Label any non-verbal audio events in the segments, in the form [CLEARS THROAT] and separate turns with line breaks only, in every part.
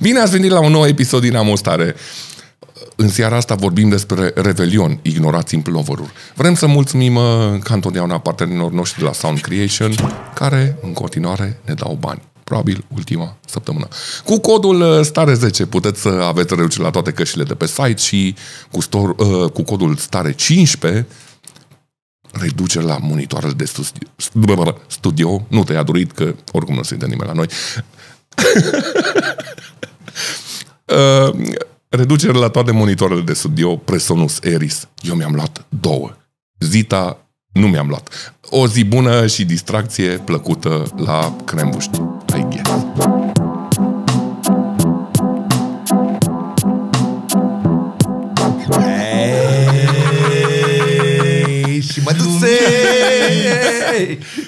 Bine ați venit la un nou episod din Amostare. În seara asta vorbim despre Revelion, ignorați în plovoruri. Vrem să mulțumim, uh, ca întotdeauna, partenerilor noștri la Sound Creation, care, în continuare, ne dau bani. Probabil ultima săptămână. Cu codul uh, STARE10 puteți să aveți reducere la toate căștile de pe site și cu, store, uh, cu codul STARE15 reducere la monitoarele de studio, studio. Nu te-a dorit, că oricum nu se uită nimeni la noi. Uh, reducere la toate monitoarele de studio Presonus Eris. Eu mi-am luat două. Zita nu mi-am luat. O zi bună și distracție plăcută la Crembuști. I guess.
Ei, și mă duse!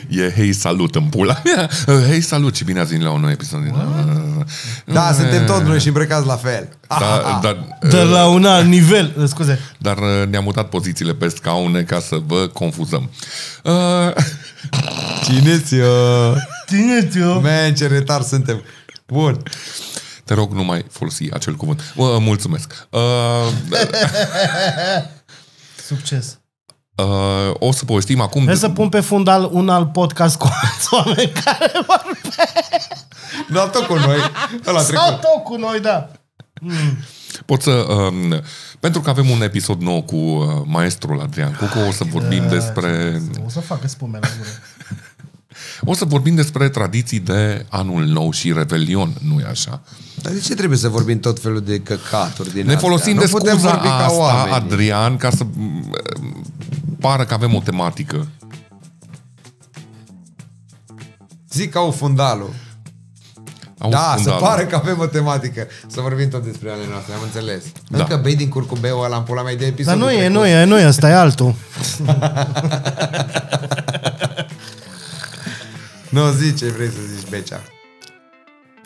E hei salut în pula mea. Uh, Hei salut și bine ați venit la un nou episod. Din... uh,
Da, suntem tot noi și îmbrăcați la fel.
Dar, Da, dar, uh,
Dar la un alt nivel, uh, scuze.
dar uh, ne-am mutat pozițiile pe scaune ca să vă confuzăm. Uh,
Cine ți
Tine, eu.
ă. Man, ce retar suntem. Bun.
Te rog, nu mai folosi acel cuvânt. Uh, mulțumesc. Uh,
Succes.
Uh, o să povestim acum...
Trebuie să pun pe fundal un alt podcast cu alți oameni care
L-a tot cu noi. Ăla a
s-au
trecut.
tot cu noi, da.
Pot să... Um, pentru că avem un episod nou cu uh, maestrul Adrian Cucu, o să
da.
vorbim despre...
O să facă spume la gură.
O să vorbim despre tradiții de anul nou și revelion, nu-i așa?
Dar de ce trebuie să vorbim tot felul de căcaturi din
Ne
astea?
folosim de
Da, Nu putem
scuza
vorbi ca
asta,
oameni.
Adrian, ca să mm, pară că avem o tematică.
Zic ca o fundalul.
Auzi,
Da, se
fundalul.
pare că avem o tematică. Să vorbim tot despre ale noastre, am înțeles.
Da.
Încă bei din curcubeu ăla în pula mea de
Dar
episodul
nu e,
trecut.
nu e, nu e, ăsta e altul.
Nu, zici ce vrei să zici, Becea.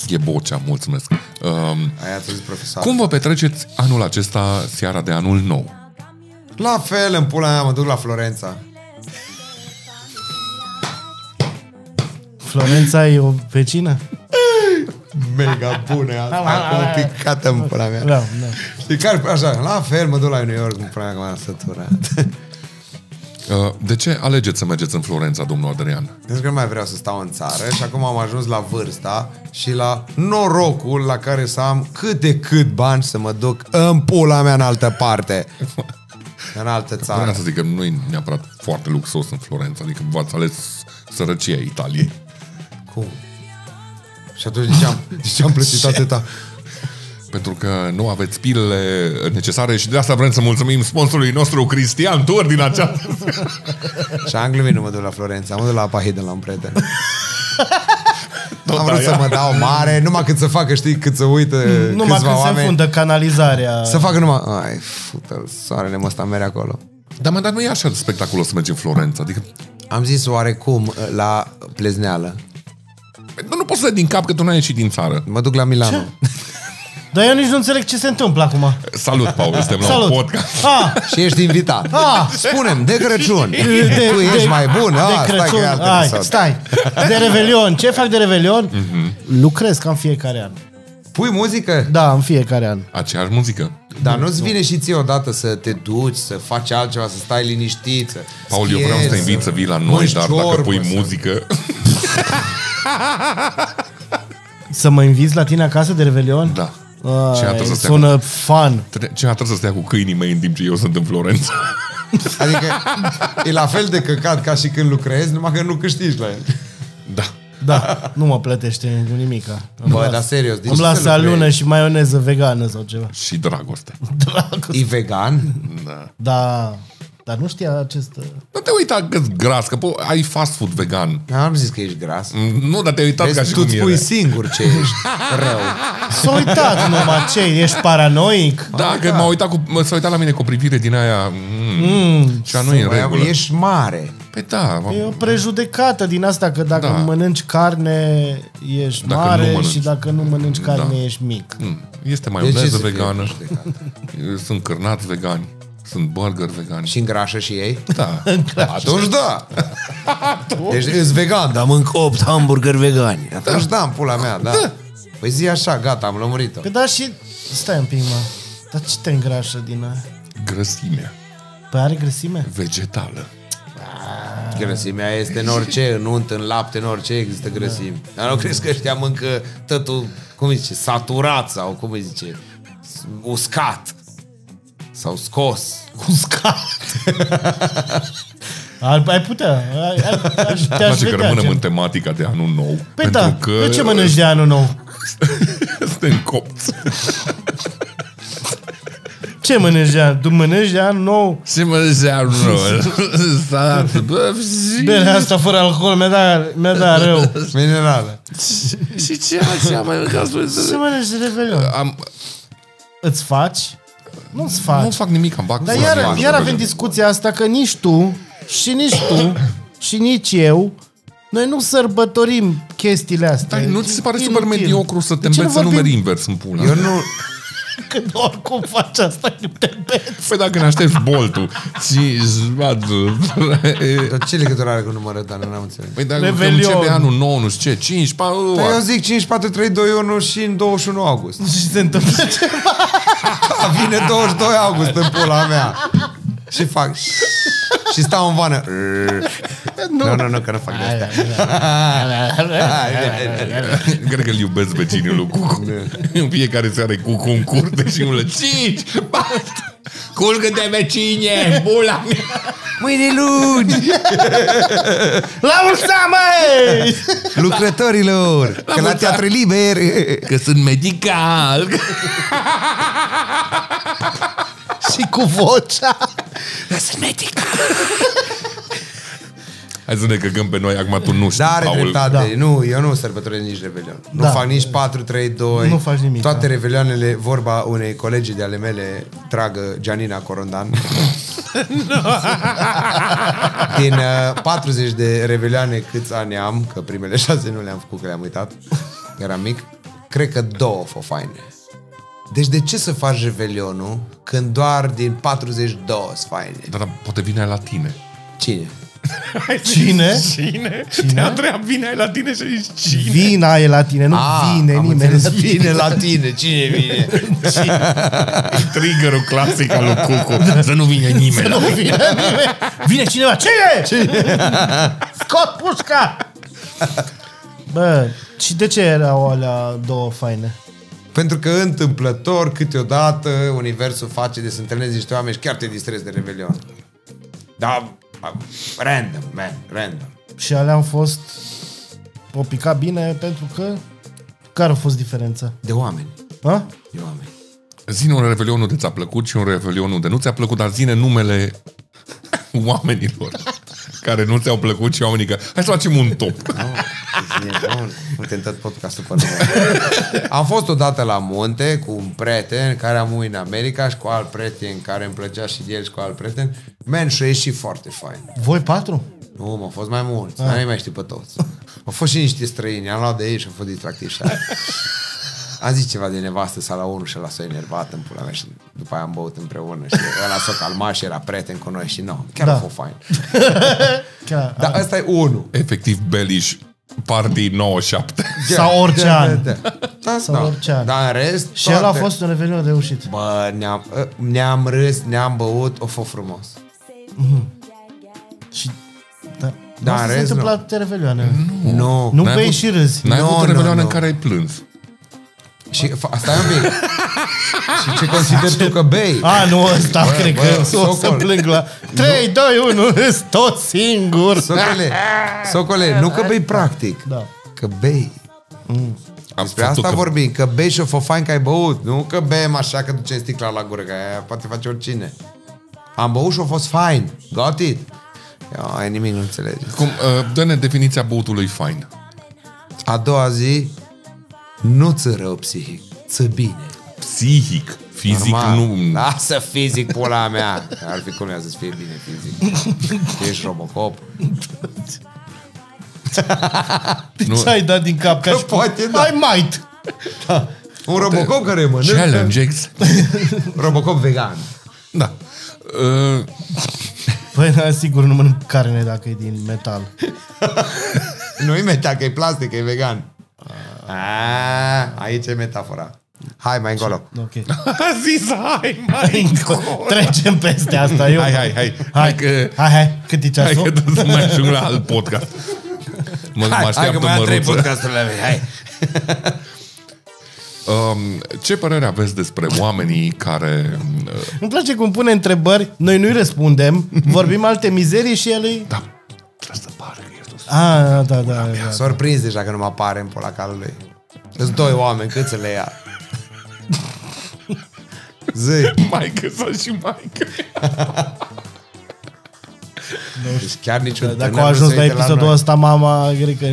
E bocea, mulțumesc. Um,
Aia ți-a zis profesor.
cum vă petreceți anul acesta, seara de anul nou?
La fel, în pula mea, mă duc la Florența.
Florența e o vecină?
Mega bune
[LAUGHS]
asta, acum picată în pula mea.
Da, da.
Știi care, așa, la fel mă duc la New York, îmi pune acum la sătura. [LAUGHS]
Uh, de ce alegeți să mergeți în Florența, domnul Adrian?
Pentru Deci că nu mai vreau să stau în țară și acum am ajuns la vârsta și la norocul la care să am cât de cât bani să mă duc în pula mea în altă
[LAUGHS]
parte. În altă
Vreau
țară.
să zic că nu e neapărat foarte luxos în Florența, adică v-ați ales sărăcia Italiei.
Cum? Și atunci de ce am, de ce
[LAUGHS]
am plătit atâta?
Pentru că nu aveți pilele necesare și de asta vrem să mulțumim sponsorului nostru, Cristian Tur, din această...
Și am glumit, nu mă duc la Florența, mă duc la Pahidă la un prieten. Am vrut
aia.
să mă dau mare, numai cât să facă, știi, cât să uită
Numai
câțiva
când se
oameni.
înfundă canalizarea.
Să facă numai... Ai, fută soarele mă sta mere acolo.
Dar, mă, dar nu e așa de spectaculos să mergi în Florența, adică...
Am zis oarecum uh, la plezneală.
Nu, nu poți să dai din cap că tu n-ai ieșit din țară.
Mă duc la Milano.
Dar eu nici nu înțeleg ce se întâmplă acum.
Salut,
[LAUGHS]
Paul, suntem la un
Salut!
podcast.
Ah,
Și ești invitat.
Ah!
Spunem, de Crăciun.
de,
[LAUGHS] tu ești
de-
mai bun.
de
Ah, stai că
Crăciun.
e alt
Hai,
episod.
stai. De Revelion. Ce fac de Revelion?
Mhm.
Lucrez ca în fiecare an.
Pui muzică?
Da, în fiecare an.
Aceeași muzică.
Dar nu-ți vine și ție odată să te duci, să faci altceva, să stai liniștit, să
Paul, eu
schiezi,
vreau să te invit să vii la noi,
mănânci
dar dacă
ciorbă,
pui
să-
muzică... [LAUGHS]
Să mă inviți la tine acasă de Revelion?
Da.
Ai,
Și ea trebuie să stea
sună fun.
tre- Cine a trebuit să stea cu câinii mei în timp ce eu sunt în Florența? [LAUGHS]
Adică e la fel de căcat ca și când lucrezi, numai că nu câștigi la el.
Da.
Da, nu mă plătește cu nimica. Îmi
Bă,
las-
dar serios, deci
Îmi
să
lasă
lucrezi.
alună și maioneză vegană sau ceva.
Și dragoste.
E vegan?
Da.
Da, dar nu știa acest... uh,
Nu te uita că gras, că po- ai fast food vegan.
Am zis că ești gras.
Nu, dar te-ai uitat Mm. ca
Vezi,
și
tu
cum
îți
e. da.
spui singur ce
[LAUGHS]
ești rău.
S-a uitat numai ce, ești paranoic?
Da, că m-a uitat cu, m- s-a uitat la mine cu o privire din aia mm, mm, și a nu e în
Băi,
regulă. Ești...
Ești mare.
Păi da, mă,
E o prejudecată din asta că dacă
Da.
da. mănânci carne ești
Dacă nu
mare
mănânci.
și dacă nu mănânci carne
Da.
ești mic.
mm, este
De ce
maioneză
să fie
vegană,
prejudecată?
sunt cârnați vegani, sunt burger vegani. Și...
Și îngrașă și ei?
[LAUGHS] Da,
Atunci da. Deci ești vegan, dar mănânc 8 hamburgeri vegani. Atunci da, în pula mea, da. Păi zi așa, gata, am lămurit-o.
Păi da și... Stai un pic, mă. Dar ce te îngrașă din aia?
Grăsimea
Păi are grăsime?
vegetală.
Grăsimea este în orice, în unt, în lapte, în orice există grăsimi. Dar nu crezi că ăștia mâncă totul, cum îi zice, saturat sau cum îi zice, s- uscat sau scos. [LAUGHS]
Uscat. Ar, ai putea. Ai,
[LAUGHS]
ai,
Îmi
aș, te-aș
place că
vedea.
rămânem
gen.
în tematica de anul nou.
Păi da,
pentru că
de ce mănânci de anul nou?
suntem copți.
Ce mănânci de anul? Tu mănânci de anul nou?
Ce mănânci de anul nou? Salată, bă,
Berea asta fără alcool mi-a dat, mi-a dat rău.
Minerală.
Și ce alții am mai mâncat?
Ce mănânci de revelion?
Am,
Îți faci? Nu-ți
nu
faci.
fac nimic, am bag.
Dar
pula mea,
iar,
nu
iar
merge.
avem discuția asta că nici tu și nici
[COUGHS]
tu și nici eu noi nu sărbătorim chestiile astea.
Dar nu ți se pare super mediocru să te
De ce
înveți să
vorbim
numeri invers în pula?
Eu nu...
Când oricum faci asta, nu te înveți.
Păi dacă ne aștepți boltul, ți zbatu.
Dar ce legătură are cu numărul tale? N-am înțeles.
Păi dacă
Revelion.
începe anul nou, nu știu ce, uh, 5, 4,
Păi eu zic 5, 4, 3, 2, 1 și în 21 august.
Și se întâmplă ce?
A, Da, vine 22 august în pula mea. Și fac... Și stau în vană. Nu, nu, nu, că nu fac de asta.
[LAUGHS] Cred că îl iubesc pe cine lui Cucu. În fiecare seară e Cucu în curte și îl 5, 4. Culcă-te pe cine, bula mea.
Mâine luni!
La mulți ani, măi!
Lucrătorilor! Că la teatre liber!
Că sunt medical.
Și cu vocea.
Că sunt medical. Hai să ne căgăm pe noi, acum tu nu știi,
Dar are
Paul.
dreptate.
Da.
Nu, eu nu sărbătoresc nici Revelion. Nu
Da.
fac nici 4, 3, 2.
Nu faci nimic,
Toate
da.
Revelioanele, vorba unei colegi de ale mele, tragă Gianina
[LAUGHS]
Corondan. Din uh, 40 de Revelioane câți ani am, că primele [LAUGHS] șase nu le-am făcut, că le-am uitat, eram mic, cred că două fă faine. Deci de ce să faci Revelionul când doar din 42 sunt faine?
Dar dar poate vine la tine.
Cine?
Cine?
Cine? cine? a treia vine ai la tine și zici cine?
Vina e la tine, nu
Ah,
vine
am
nimeni.
înțeles, Vine la tine, cine vine?
[LAUGHS] Triggerul clasic al lui Cucu. Să nu vine nimeni.
Nu vine nimeni. Vine cineva. Cine? Scot pușca! Bă, și de ce erau alea două faine?
[LAUGHS] Pentru că întâmplător, câteodată, universul face de să întâlnești niște oameni și chiar te distrezi de Revelion. Da, a- random, man, random.
Și alea am fost... O pica bine pentru că... Care a fost diferența?
De oameni,
Ha?
de oameni.
Zine un revelion unde ți-a plăcut și un revelion unde nu ți-a plăcut, dar zine numele oamenilor care nu ți-au plăcut și oamenii care... Hai să facem un top.
Nu te tot podcastul până la- Am fost odată la munte cu un prieten care am în America și cu alt prieten care îmi plăcea și de el și cu alt prieten. Man, și a ieșit foarte fain.
Voi patru?
Nu, mă, au fost mai
Ah.
mulți, dar nu mai știu pe
[LAUGHS]
toți. Au fost și niște străini, am luat de ei și au fost distractiv și aia. Am zis ceva de nevastă sau la unul și la s-a enervat în pula mea și după aia am băut împreună și ăla s-a calmat și era prieten cu noi și nu, chiar
Da.
a fost fain.
Chiar, da.
Dar ăsta e unul.
Efectiv, Beliș, party 97.
Sau orice
da,
an.
Da, da. da,
Sau
da.
orice an.
Dar în rest...
Și el a fost un revelion reușit.
Bă, ne-am, ă, ne-am râs, ne-am băut, o fost frumos.
Și... Da.
Da,
Asta
în
se
rest,
întâmplă
nu. Mm.
la toate revelioanele.
Nu. nu.
Nu
N-ai
bei
avut-
și râzi.
N-ai
Nu,
avut
nu,
revelioane
nu.
în care ai plâns.
Și fa- stai un
[LAUGHS]
pic. și ce consideri tu că bei?
A, nu ăsta,
Bă,
cred
bă,
că o să
socol.
plâng la 3, 2, 1, sunt tot singur.
Socole, socole, nu că bei practic,
Da.
că bei.
Am
Despre asta
făcut
că...
că-
vorbim, că bei și o fofain că ai băut, nu că bem așa că ducem sticla la gură, că aia poate face oricine. Am băut și a fost fain, got it. Eu, ai nimic, nu înțelege.
Cum, uh, dă-ne definiția băutului fain.
A doua zi, nu ți rău psihic, ți bine.
Psihic. Fizic nu...
Lasă fizic pula mea. Ar fi cum ea să-ți fie bine fizic. Ești Robocop.
nu
Ce Deci ai dat din cap? Ca
Că
și cum,
poate, da.
I might.
Un Robocop care mănâncă.
Challenges.
Robocop vegan.
Da. Uh,
Păi, da, sigur, nu mănânc carne dacă e din metal.
Nu-i metea, că e plastic, că e vegan. A, aici e metafora. Hai mai încolo.
Ok.
[LAUGHS] A zis, hai, mai încolo.
Trecem peste asta. Eu.
Hai, hai, hai.
Hai,
Hai că-
hai, hai. Cât e
[LAUGHS] Hai că
ceasul?
trebuie să mai ajung la alt podcast. Mă, mă așteaptă
am
măruță.
podcasturile mele. Hai.
Um, ce părere aveți despre oamenii care... uh,
Îmi place cum pune întrebări, noi nu-i răspundem, vorbim alte mizerii și el îi...
Da, trebuie să pară, Iisus.
A, da, da, da. da.
Surprins deja că nu mă apare în pola calului. Sunt doi oameni, cât să le
[LAUGHS]
ia? Zi.
Maică sa și maică.
Deci chiar niciun
Dacă
tânăr
a
nu
ajuns
se
la
uită
episodul
noi.
ăsta, mama, cred că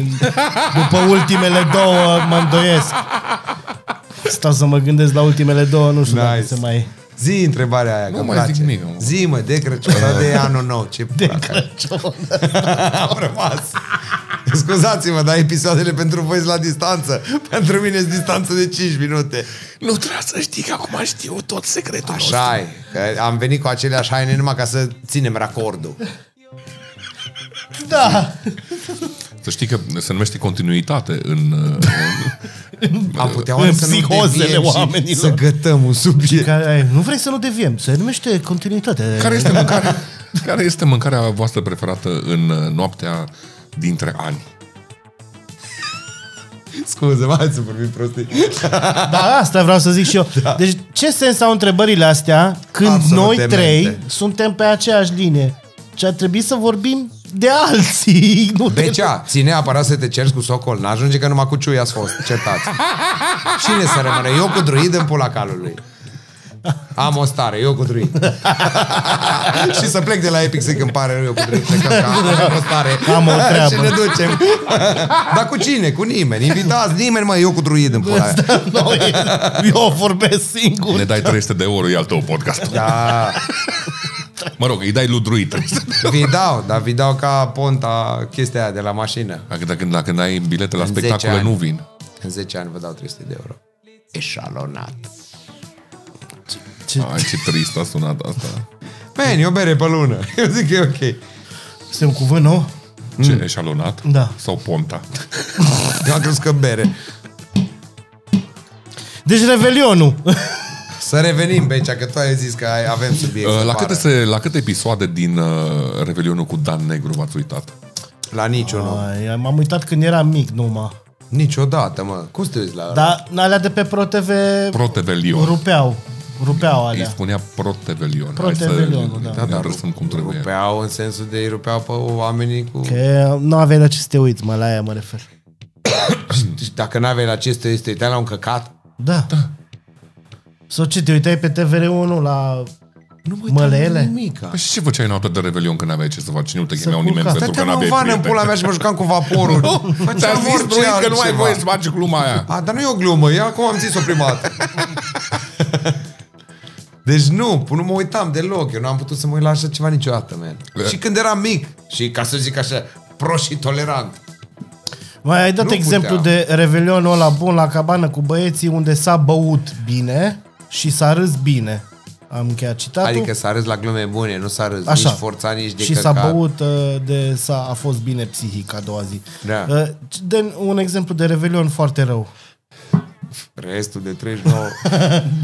după ultimele două mă îndoiesc. Stau să mă gândesc la ultimele două, nu știu nice. dacă
Nice.
se mai...
Zi întrebarea aia, nu că
mai
place.
zic nimic.
Zi mă, de Crăciun sau de anul nou. Ce de [LAUGHS] Am rămas. Scuzați-mă, dar episoadele pentru voi sunt la distanță. Pentru mine sunt distanță de 5 minute.
Nu trebuie să știi că acum știu tot secretul
Așa e, că am venit cu aceleași haine numai ca să ținem racordul.
Da!
Să știi că se numește continuitate în... uh,
Am putea
În
oare să nu
psihozele
deviem și
oamenilor.
să gătăm un subiect.
Care, nu vrei să nu deviem, se numește continuitate.
[LAUGHS] care, este mâncarea, care este mâncarea voastră preferată în uh, noaptea dintre ani?
Scuze, mai să vorbim prostii.
Da, asta vreau să zic și eu. Da. Deci, ce sens au întrebările astea când
Absolut
noi
demente.
trei suntem pe aceeași linie? Ce ar trebui să vorbim de alții, [LAUGHS] nu de...
Becea, ține aparat să te ceri cu socol. N-ajunge că numai cu ciui ați fost certați. Cine să rămână? Eu cu druid în pula calului. Am o stare, eu cu
[LAUGHS]
druid. și să plec de la Epic zic, îmi pare rău, eu cu druid. Plecăm că
[LAUGHS]
am o stare.
Am o treabă.
și ne ducem. Dar cu cine? Cu nimeni. Invitați nimeni, mă, eu cu druid în pula aia.
Noi, eu vorbesc singur.
Ne dai 300 de euro, e al tău podcast. [LAUGHS]
Da,
Mă rog, îi dai lui Druid 300 de
vi dau, dar vi dau ca ponta chestia aia de la mașină.
dacă, dacă, dacă n-ai bilete la
10
spectacole,
ani.
nu vin.
În 10 ani vă dau 300 de euro. Eșalonat.
Ai, ce trist a sunat asta.
Man, e o bere pe lună. Eu zic că e ok.
Este un cuvânt nou?
Mm.
Ce, eșalonat?
Da.
Sau ponta?
Eu am crezut că bere.
Deci Revelionul.
Să revenim, Becea, că tu ai zis că ai, avem subiect.
Uh,
să
La
pară.
câte, se, la câte episoade din uh, Revelionul cu Dan Negru v-ați uitat?
La niciunul.
Ai, m-am uitat când eram mic numai.
Niciodată, mă. Cum să te uiți la... Da.
Dar alea de pe ProTV
Protevelion.
rupeau. Rupeau
Îi
da.
alea.
spunea Protevelion.
Protevelionul, da.
Da, da, râsăm cum trebuie.
Rupeau în sensul de îi rupeau pe oamenii cu...
Că nu aveai la ce să te uiți, mă, la aia mă refer.
Și Dacă n-aveai la ce să te uiți, te uitai la un căcat.
Da. da. Sau ce, te uitai pe TVR1 la
Nu mă
Mălele?
nimica.
Păi și ce făceai în noapte de Revelion când aveai ce să faci? Nu te chemeau
culca.
nimeni pentru că
Stăteam
nu
în
aveai
vană în
prieteni.
pula mea și mă jucam cu
[LAUGHS]
vaporul.
Ți-a
Făceam
zis
orice
Druid că nu ai
altceva.
voie să faci gluma aia.
A, dar nu e o glumă, eu acum am zis-o prima dată. Deci nu, nu mă uitam deloc, eu nu am putut să mă uit la așa ceva niciodată, man.
Da.
Și când eram mic, și ca să zic așa, pro și tolerant.
Mai ai dat
Nu
exemplu
puteam.
de revelionul ăla bun la cabană cu băieții unde s-a băut bine și s-a râs bine. Am încheiat citatul.
Adică s-a râs la glume bune, nu s-a râs
Da, Așa.
nici forțat, nici de
și
căcat.
s-a băut uh, de s-a, a fost bine psihic a doua zi.
Da.
Uh, dă un exemplu de revelion foarte rău.
Restul de 39.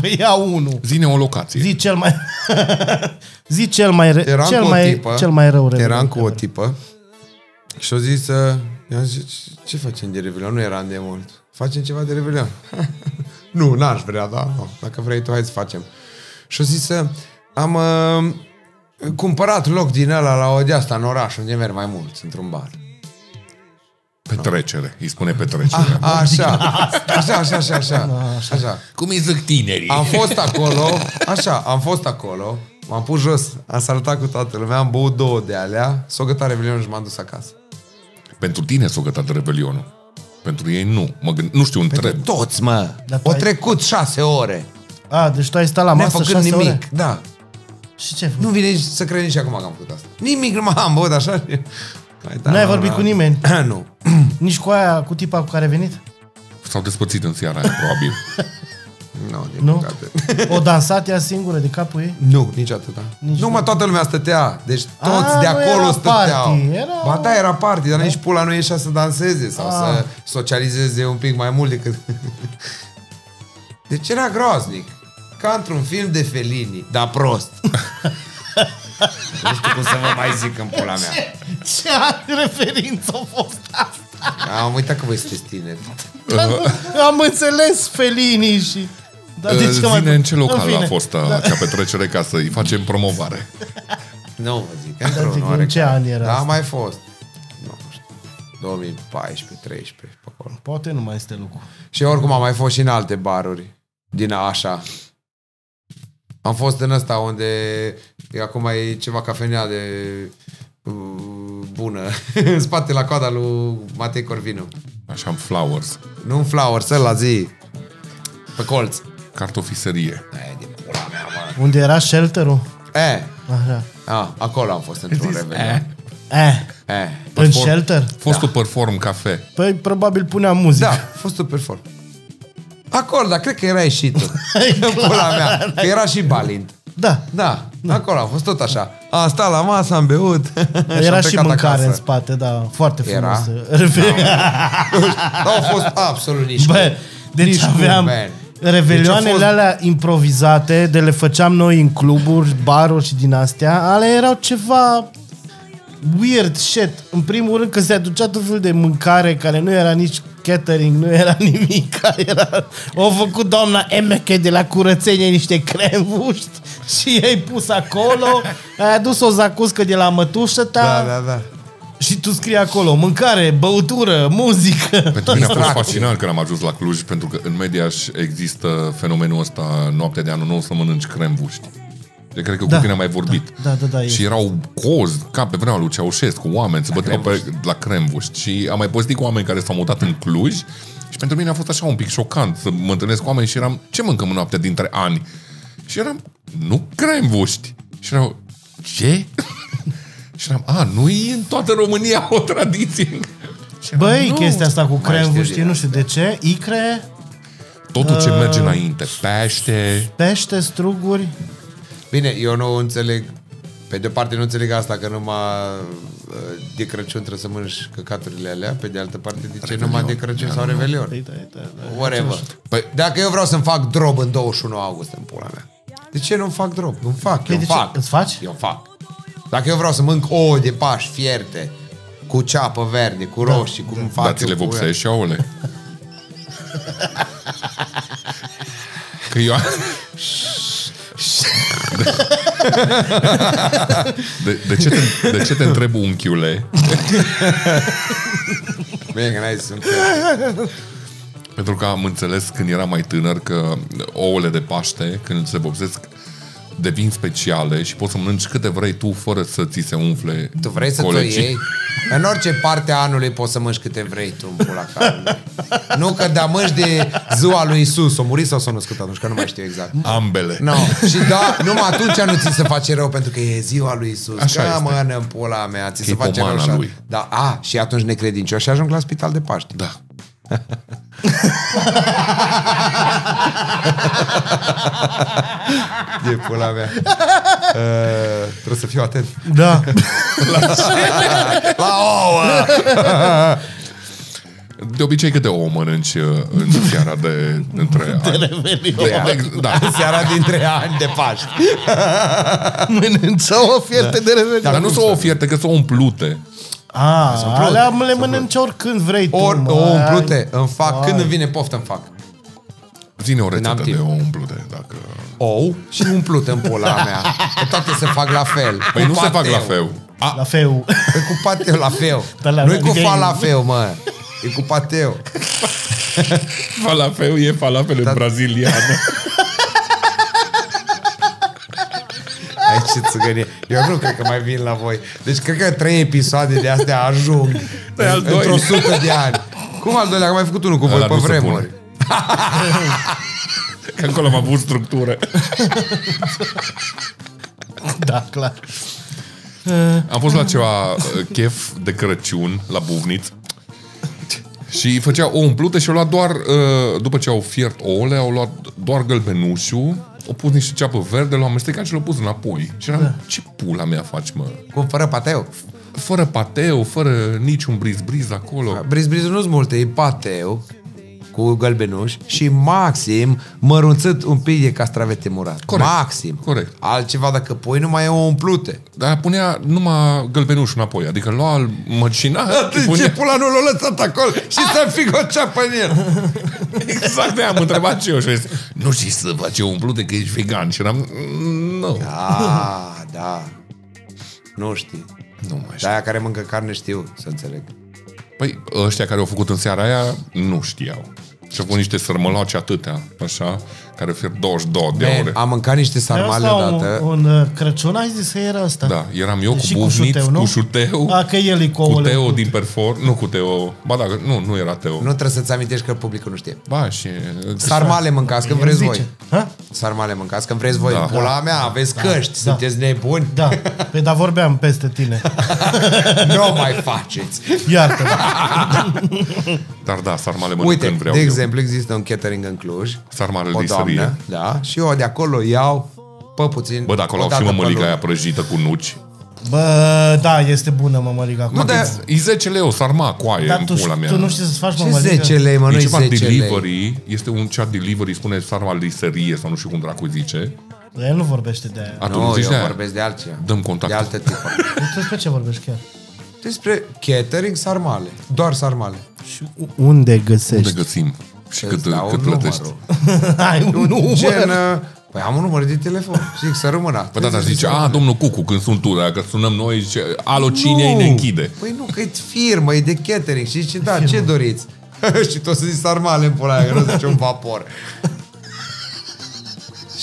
Băi, ia unul.
Zine o locație.
Zi cel mai [LAUGHS] Zi cel mai re...
Eram
cel
cu
mai
o tipă,
cel mai rău revelion.
Eram cu o tipă și o zis, uh, i-am zis, "Ce- ce facem de Revelion? Nu eram de mult. Facem ceva de Revelion. [LAUGHS] nu, n-aș vrea, dar no, dacă vrei tu, hai să facem. Și o zis, uh, am uh, cumpărat loc din ăla la Odeasta, în oraș, unde merg mai mulți, într-un bar.
[LAUGHS]
Petrecere. Îi spune petrecere.
Ah, așa, așa, așa, așa, așa, așa.
Cum îi zic tinerii?
Am fost acolo, așa, am fost acolo, m-am pus jos, am salutat cu toată lumea, am băut două de alea, s-o gătat Revelion și m-am dus acasă.
Pentru tine s-a gătat Revelionul. Pentru ei nu. Mă gând... Nu știu, întreb.
Toți, mă!
Dar tu
O
ai-
trecut șase ore.
A, deci tu ai stat la
Ne-a
masă
făcut
șase
nimic.
ore.
Da.
Și ce?
Nu
Nu,
vine nici să crede nici acum că am făcut asta. Nimic, nu m-am băut așa. Hai, da,
N-ai
da,
vorbit
da.
cu nimeni?
[COUGHS] nu.
Nici cu aia, cu tipa cu care ai venit? [LAUGHS]
S-au despărțit în seara aia, probabil.
Nu, din
Nu?
păcate.
O dansat ea singură de
[LAUGHS]
capul ei?
Nu, nici atâta. Nici Numai toată lumea stătea. Deci toți
A,
de
nu
acolo
era
stăteau.
party, era-
Ba da, era party, dar nici pula nu ieșea să danseze sau
Ah.
să socializeze un pic mai mult decât...
[LAUGHS]
Deci era groaznic. Ca într-un film de Fellini, dar
[LAUGHS]
prost. nu știu cum să vă mai zic în pula mea.
Ce referință a fost asta?
Am uitat că voi sunteți tineri.
Am înțeles Felini și... Da,
Deci
că
Zine în ce
În
local
fine.
a fost da. acea petrecere ca să-i facem promovare.
Nu vă zic. Într-un
zic, în
oarecare.
ce an era
Da, a
asta?
mai fost. Nu știu. 2014, 13, pe acolo.
Poate nu mai este lucru.
Și oricum am mai fost și în alte baruri din așa. Am fost în ăsta unde e acum e ceva cafenea de uh, bună [LAUGHS] în spate la coada lui Matei Corvinu.
Așa am flowers,
Nu în Flowers, la zi. Pe colț.
cartofiserie.
Da.
E, din pula mea, mă.
Unde era shelter-ul?
E,
Așa.
a, acolo am fost într-un revelion.
Eh,
E.
în shelter?
Fostul perform cafe.
Păi probabil punea muzică.
Da, a fost super fort. Acolo, dar cred că era ieșit.
[LAUGHS] E clar.
Pula mea, că era și Balint.
Da.
Da, acolo a fost tot așa. Am stat la masă, am beut. [LAUGHS] și
Era
am
și
plecat
mâncare
acasă.
în spate, da, foarte
Era?
frumos. Reve-
[LAUGHS] Au fost absolut nici
[LAUGHS] Bă,
cum.
deci
Nici cum,
aveam
man.
revelioanele
Deci a fost-
alea improvizate, de le făceam noi în cluburi, baruri și din astea, ale erau ceva weird shit. În primul rând că se aducea tot felul de mâncare care nu era nici catering, nu era [LAUGHS] nimic. Era... O făcut doamna Emeche de la curățenie niște cremvuști și ei pus acolo. Ai adus o zacuscă de la mătușă ta.
Da, da, da.
Și tu scrii acolo, mâncare, băutură, muzică.
Pentru mine a fost
Exact.
Distracție.
fascinant când am ajuns la Cluj, pentru că în media există fenomenul ăsta noaptea de anul nou să mănânci cremvuști. De cred că
Da,
cu tine am mai vorbit.
da, da, da,
și
este.
erau cozi, ca pe vremea lui Ceaușescu, oameni se băteau pe, la cremvuști. Și am mai povestit cu oameni care s-au mutat în Cluj și pentru mine a fost așa un pic șocant să mă întâlnesc cu oameni și eram, ce mâncăm în noaptea dintre ani? Și eram, nu cremvuști. Și erau, ce? [LAUGHS] și eram, a, nu e în toată România o tradiție. Și eram,
Băi,
"Nu."
chestia asta cu cremvul,
știu
știi,
din
nu știu de ce, icre,
Totul ce merge înainte, pește,
pește, struguri,
Bine, eu nu înțeleg... Pe de o parte nu înțeleg asta că numai uh, de Crăciun trebuie să mănânci căcaturile alea, pe de altă parte de ce numai de Crăciun sau
Păi,
Revelion? Whatever.
Păi-
Dacă eu vreau să-mi fac drob în 21 august în pula mea, de ce nu fac drob? Nu fac, eu
Păi de ce?
fac.
Îți faci?
Eu fac. Dacă eu vreau să mănânc ouă de pași fierte, cu ceapă verde, cu
Da.
roșii, cum fac
dar ți
eu
le
cu-
vopsești și aole. Că eu... De, de, ce te, de ce te întreb unchiule?
Bine, că n-ai zis un fel.
Pentru că am înțeles când eram mai tânăr că ouăle de paște, când se vopsesc, devin speciale și poți să mănânci câte vrei tu fără să ți se umfle
Tu vrei să
colecii.
te iei? În orice parte a anului poți să mânci câte vrei tu în pula carne. Nu că de mânci de ziua lui Isus, o murit sau s-a născut atunci, că nu mai știu exact.
Ambele.
No. [LAUGHS] Și da, numai atunci nu ți se face rău pentru că e ziua lui Isus.
Așa
că
este.
mănă în pula mea, ți
e
se face rău.
pomana
și-
lui.
Da, a, și atunci necredincioși ajung la spital de Paște. [LAUGHS]
Da.
De pula
[LAUGHS]
mea. Uh, trebuie să fiu atent.
Da.
La ouă!
De obicei câte ouă mănânci uh, în seara de între ani?
Revelion.
Ex-
[LAUGHS]
Da.
Seara dintre ani de Paște.
Mănânță o fierte de revelion.
Da. Dar nu s-o o fierte, că s-o umplute.
A, alea le mănânci oricând vrei tu.
Ori
mă.
o umplute, îmi fac,
Vai.
când îmi vine poftă, îmi fac.
Zine o rețetă
N-am
de
timp.
ouă umplute, dacă...
ou și umplut în pula
[LAUGHS]
mea. Că toate se fac la fel.
Păi
Cu
nu se fac
pateu.
la fel. A,
La feu. [LAUGHS]
Păi cu pateu la fel.
Dar la-
Nu e cu
adică e-
falafel, mă. E cu pateu.
falafel e falafel în braziliană.
Ai ce țigărie. Eu nu cred că mai vin la voi. Deci cred că trei episoade de astea ajung
Păi al
într-o
doilea.
sută de ani. Cum al doilea? Că am mai făcut unul cu voi
Ăla
pe
nu se
vremuri.
[LAUGHS] Că acolo am avut structură.
Da, clar.
Am fost la ceva uh, chef de Crăciun, la Buvniț. Și făcea o umplută și au luat doar, uh, după ce au fiert ouăle, au luat doar gălbenușul, au pus niște ceapă verde, l-au amestecat și l-au pus înapoi. Și eram, da. ce pula mea faci, mă?
Cum fără pateu.
Fără pateu, fără niciun briz-briz acolo.
Brizbrizul nu-s multe, e pateu cu gălbenuș și maxim mărunțit un pic de castravete murat.
Corect.
Maxim.
Corect.
Altceva dacă pui nu mai e o umplute.
Dar punea numai gălbenușul înapoi, adică lua măcina și
Ce
punea...
pula nu l-a lăsat acolo și să fi o ceapă în el.
[LAUGHS] Exact de am întrebat și eu și a zis, nu știi să faci o umplute că ești vegan. Și eram, "Mm, nu, da.
Ah, da. Nu știu.
nu mai știu.
Dar aia care mâncă carne știu, să înțeleg.
Păi ăștia care au făcut în seara aia nu știau. Și au făcut niște sărmăloace atâtea, așa, care ofer 22 de
Man,
ore.
am mâncat niște sarmale odată.
Un, un Crăciun ai zis că era asta.
Da, eram eu cu
Și cu
bufniț,
șuteu, nu?
cu șuteu,
A, că el e cu
cu
ouăle.
Teo din Perfor, nu cu Teo, ba da, nu, nu era Teo.
Nu trebuie să-ți amintești că publicul nu știe.
Ba, și...
Sarmale mâncați când vreți
Zice.
voi.
Ha?
Sarmale mâncați când vreți voi.
Da.
Pula mea, aveți căști, sunteți nebuni.
[LAUGHS]
Da, pe da vorbeam peste tine.
Nu o mai faceți.
Iartă.
Dar da, sarmale mănânc
Uite,
când
de
vreau eu.
exemplu, există un catering în Cluj.
Sarmale
O
de
doamnă,
sărie.
da, și eu de acolo iau pe puțin.
Bă, dacă
o
au și
dată pe
mămăliga
lună.
aia prăjită cu nuci,
Bă, da, este bună mămăliga acum.
Nu, dar-
e 10 lei, sarma, coaie,
Dar
în
tu,
pula mea.
tu nu știi să-ți faci
Ce
mămăliga?
10 lei, mă,
E
nu-i
ceva
10 lei.
delivery, este un chat delivery, spune sarma de sărie sau nu știu cum dracu zice.
El nu vorbește de aia.
A, tu nu
Nu,
zici de
eu
aia?
vorbesc de altceva.
Dăm contact.
De alte tipuri.
Tu despre ce vorbești chiar?
Despre catering sarmale. Doar sarmale.
Și unde găsești?
Unde găsim? Și
Îți
cât,
dau
cât
numărul.
plătești?
Ai un număr.
Gen, uh, păi am un număr de telefon. Zic să rămână.
Păi da, dar zice, a, domnul Cucu, când sunt tu, dacă sunăm noi, zice, alo, cine
Nu.
ne închide?
Păi nu, că e firmă, e de catering. Și zice, da, ce doriți? [LAUGHS] și tu o să zici sarmale în pula aia, că nu zice un vapor.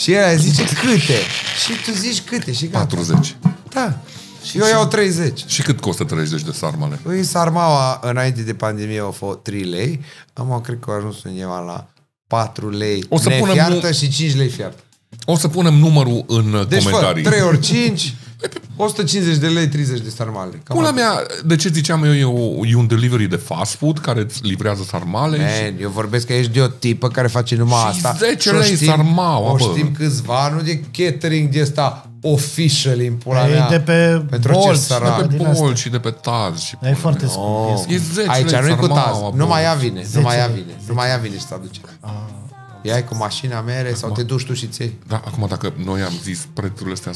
și el zice câte. Și tu zici câte și gata.
40.
Da. Și eu iau 30.
Și cât costă 30 de sarmale?
Păi sarmaua, înainte de pandemie, au fost 3 lei. Acum cred că au ajuns undeva la 4 lei
O să punem
nefiartă
un-
și 5 lei fiartă.
O să punem numărul în uh,
Deci fă,
comentarii.
3 ori 5, 150 de lei, 30 de sarmale. Cam
Pula
atât.
mea, de ce ziceam eu, e, o, e un delivery de fast food care îți livrează sarmale și
Man, eu vorbesc că ești de o tipă care face numai
Și
asta.
10
Și o
lei
știm-
sarmaua,
O
bă.
știm câțiva, nu de catering de asta official în pula
E
mea.
Păi, de pe
Pentru orice
Bolt și de
sărac.
de
din
pe
astea.
bol și de pe taz. Și
Dar e foarte scump. e
Oh.
E 10
Aici
lei
nu-i cu
sarmaua,
taz.
bă.
Nu mai ia vine, nu mai ia
lei. Ah.
vine. Nu mai ia vine și te aduce. Ia cu mașina mere sau te duci tu și ți
Da, acum dacă noi am zis prețurile astea,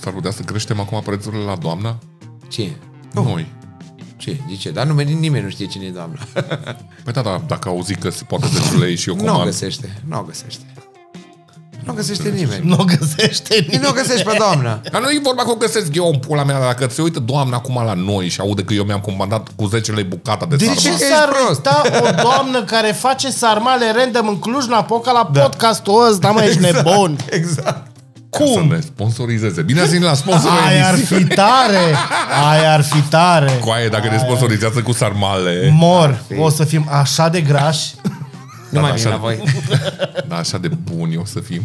s-ar putea să creștem acum prețurile la doamna?
Ce?
Nu. Noi.
Ce? De ce? Dar nu, nimeni nu știe cine e doamna.
Păi da, da, dacă auzi că se poate să lei și eu
Nu o
comand.
găsește. Nu o găsește. Nu o găsește nimeni.
Nu o găsește
Ei, Nu o
nimeni.
găsești pe doamna.
Dar nu e vorba că o găsesc eu în pula mea, dar dacă se uită doamna acum la noi și aude că eu mi-am comandat cu 10 lei bucata de
De
sarmale.
ce?
Ce
Ești
s-ar
prost.
uita o doamnă care face sarmale random în Cluj-Napoca la podcastul ăsta, mă, ești nebun.
Exact.
Ca Să ne sponsorizeze. Bine ați venit la sponsorul
Aia ar
emisiunii.
fi tare! Aia ar fi tare!
Coaie, dacă ne sponsorizează cu sarmale,
Mor! O să fim așa de grași.
Nu mai
da,
vin
așa-
la voi.
da, așa de buni o să fim.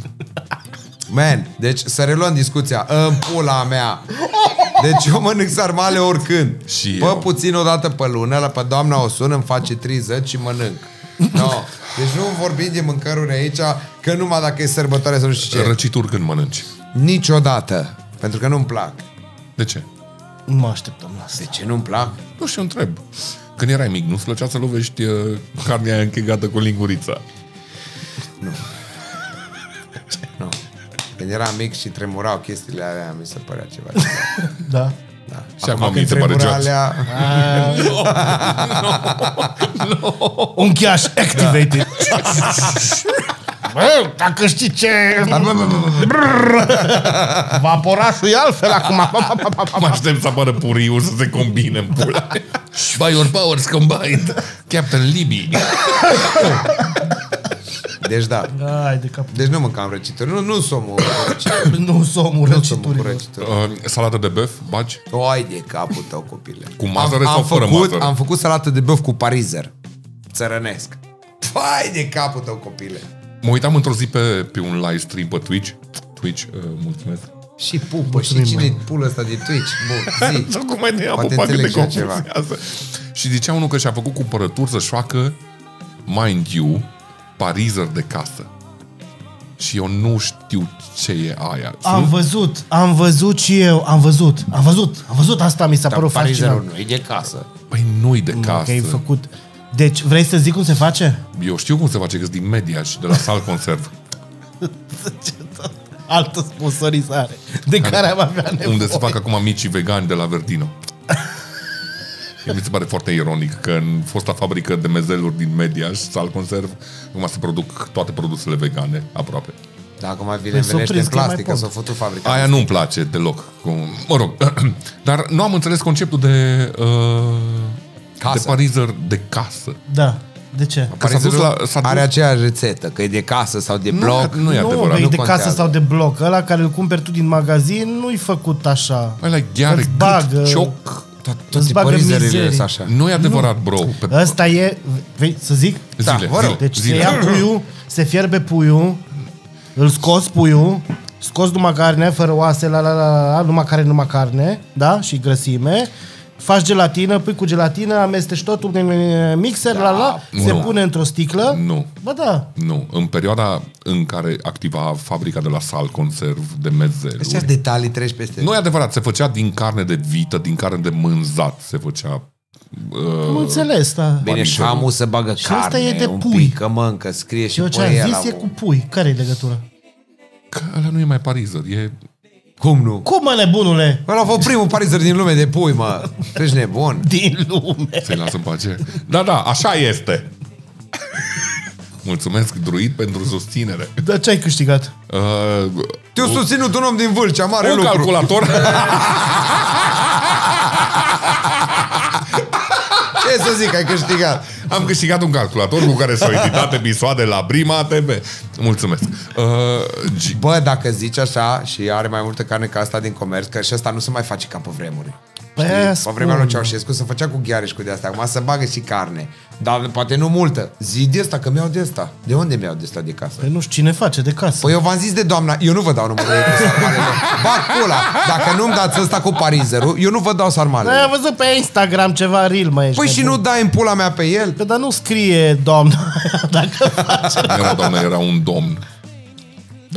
Man, deci să reluăm discuția. În pula mea. Deci eu mănânc sarmale oricând.
Și
Bă,
eu.
puțin o dată pe lună, la pe doamna o sun, îmi face 30 și mănânc. No. Deci nu vorbim de mâncăruri aici, că numai dacă e sărbătoare să nu știu ce.
Răcituri când mănânci.
Niciodată. Pentru că nu-mi plac.
De ce?
Nu mă așteptam la asta.
De ce nu-mi plac?
Nu știu, întreb. Când erai mic, nu-ți plăcea să lovești uh, carnea aia închegată cu lingurița?
Nu. Când eram mic și tremurau chestiile alea, mi se părea ceva.
[LAUGHS]
Da.
Da.
Și acum mi se pare Ah.
tremură
geați.
alea...
Un cash activated. Bă, dacă știi ce...
Da.
Vaporașul e altfel acum.
Mă aștept să apară puriu să se combine în pula. [LAUGHS] By your powers combined. Captain Libby.
Deci da.
Ai de cap.
Deci nu mâncam răcituri. Nu, nu sunt omul cu răcituri.
Nu sunt omul
Nu sunt omul cu
răciturilor.
răcituri.
Uh, salată de băf, bagi?
Oai de capul tău, copile.
Cu mazăre sau fără
făcut,
mazăre?
Am făcut salată de băf cu parizer. Țărănesc. Pai de capul tău, copile.
Mă uitam într-o zi pe, pe un live stream pe Twitch. Twitch, uh, mulțumesc.
Și pupă.
Mulțumim,
și
mă.
cine pulă asta de Twitch?
[LAUGHS]
Bun, zi.
Tocmai ne-a
Poate
apucat cât de
înțelegi eu ceva.
confuzează. Și zicea unul că și-a făcut cu părături să-și facă, mind you, parizări de casă. Și eu nu știu ce e aia.
Am văzut, am văzut și eu, am văzut, am văzut, am văzut asta, mi s-a
Dar
părut
parizerul
fascinant.
nu, e de casă.
Păi nu-i de
Că ai
Da, casă.
făcut. Deci, vrei să zic cum se face? [LAUGHS]
Eu știu cum se face, că din media și de la sal [LAUGHS] conserv.
Altă sponsorizare de care am avea nevoie.
unde se fac acum micii vegani de la [LAUGHS] Verdino. Păi Mi se pare foarte ironic că în fosta fabrică de mezeluri din Mediaș, sal conserv, acum se produc toate produsele vegane, aproape.
Dar acum vi le
Păi
învelește
s-o
în
prins că mai
plastic, că
pot.
s-a făcut fabrica.
Aia nu-mi place deloc. Cum, mă rog, [CLEARS THROAT] dar nu am înțeles conceptul de, uh,
Casă.
de parizer de casă.
Da, de ce?
Că s-a dus la, s-a dus,
Are aceeași rețetă, că e de casă sau de bloc.
nu e
nu,
adevărat.
că e
Nu
de
contează.
casă sau de bloc. Ăla care îl cumperi tu din magazin nu-i făcut așa.
Mai la gheare,
Îți uh,
gât,
bagă-
cioc.
Toate
Îți bagă
părizările
mizerii.
sunt așa.
Nu e adevărat, bro. Pe,
Ăsta e, vei să zic?
da,
zile,
vă rog.
zile,
Deci
zile.
se ia puiul, se fierbe puiul, îl scoți puiul, scoți numai carne, fără oase, la la la, la numai care numai carne, da? Și grăsime. Faci gelatină, pui cu gelatină, amesteci totul în mixer, da, la la,
nu.
se pune într-o sticlă.
Nu.
Bă, da.
Nu, în perioada în care activa fabrica de la sal conserv de mezeluri.
Astea detalii treci peste.
Nu e adevărat, se făcea din carne de vită, din carne de mânzat, se făcea...
Am înțeles, da.
Bine,
Pariserul.
șamul să bagă
Și
carne,
ăsta e de
un
pui.
pic, că măncă, scrie și păi
Eu ce
pe
am
el.
zis e cu pui. care e legătura?
Că ăla nu e mai parizer, e...
Cum nu?
Cum, mă, nebunule?
Ăla a
[LAUGHS]
fost primul parizer din lume de pui, mă. Ești nebun.
Din lume.
Să-i las în pace. Da, da, așa este. [LAUGHS] Mulțumesc, druid, pentru susținere.
Dar ce ai câștigat?
Uh,
Te-a susținut un om din Vâlcea, mare
un
lucru.
calculator. [LAUGHS]
Ce să zic, ai câștigat.
Am câștigat un calculator cu care s-au editat episoade la Prima TV. Mulțumesc. Uh, G-
Bă, dacă zici așa și are mai multă carne ca asta din comerț, că și asta nu se mai face ca pe vremuri.
Păi
Știi?
aia
Pe vremea lui
spun.
Ceaușescu se făcea cu gheare și cu de-astea. Acum se bagă și carne. Dar poate nu multă. Zi de asta, că mi-au de asta. De unde mi-au de asta de casă?
Păi nu știu cine face de casă.
Păi eu v-am zis de doamna, eu nu vă dau numărul ei cu
[LAUGHS]
sarmalele. Bag pula, dacă nu-mi dați ăsta cu parizerul, eu nu vă dau
Păi, Ai
sarmalele.
văzut pe Instagram ceva reel, mai ești
Păi și
nebun.
nu dai în pula mea pe el?
Că dar nu scrie doamna [LAUGHS]
[LAUGHS]
dacă face.
era, doamne, era un domn.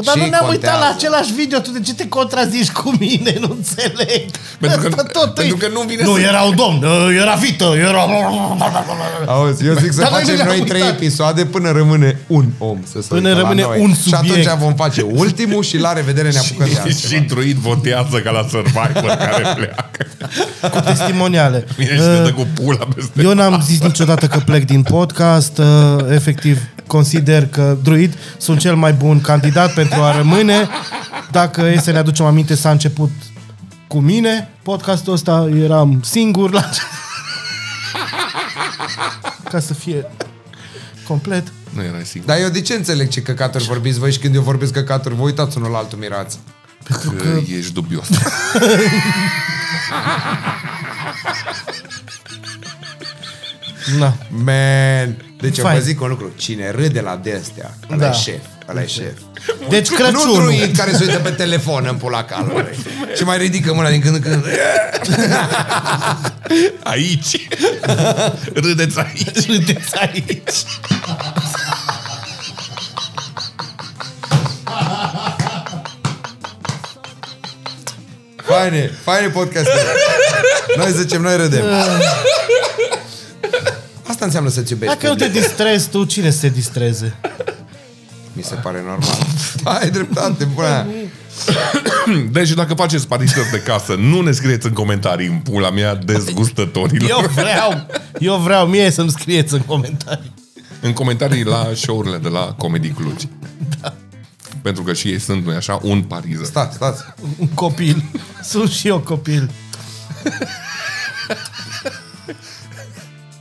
Dar nu ne-am
contează?
uitat la același video, tu de ce te contrazici cu mine? Nu înțeleg.
Pentru că-
Asta tot
pentru
e-
că nu vine
Nu,
să-
era un domn, ă, era vită,
[LAUGHS]
era...
Auzi, eu zic să
Dar noi
facem
deja
noi
am
trei
Da, uitat.
episoade până rămâne un om să se
Până
uită la
rămâne
noi.
un
Și
subiect.
atunci vom face ultimul și la revedere ne apucăm
[LAUGHS]
de altceva.
Și druid votează ca la Survivor care pleacă.
Cu testimoniale. Ă,
Vine și te dă cu pula peste
Eu n-am zis niciodată că plec din podcast, uh, efectiv consider că Druid sunt cel mai bun candidat pentru a rămâne. Dacă e să ne aducem aminte, s-a început cu mine podcastul ăsta, eram singur la... Ca să fie complet.
Nu erai singur.
Dar eu de ce înțeleg ce căcaturi vorbiți voi și când eu vorbesc căcaturi, vă uitați unul la altul mirați.
Că, ești dubios. [LAUGHS]
Na.
Man! Deci eu vă
Fain.
zic un lucru, cine râde la destea, ăla da.
Da.
e șef, ăla e șef.
Deci
Nu
Crăciunul.
druid care se uită pe telefon în pula calului. Și mai ridică mâna din când în când.
[LAUGHS]
Aici. Râdeți aici.
Râdeți aici.
Faine, faine podcastul. Noi zicem, noi râdem.
Da.
Asta înseamnă să-ți iubești
Dacă nu te
publicul.
distrezi tu, cine să se distreze?
Mi se pare normal. Ai dreptate, bă.
Deci dacă faceți parisări de casă, nu ne scrieți în comentarii în pula mea dezgustătorilor.
Eu vreau, eu vreau mie să-mi scrieți în comentarii.
În comentarii la show-urile de la Comedy Cluj.
Da.
Pentru că și ei sunt, nu așa, un parizer.
Stați, stați.
un copil. Sunt și eu copil.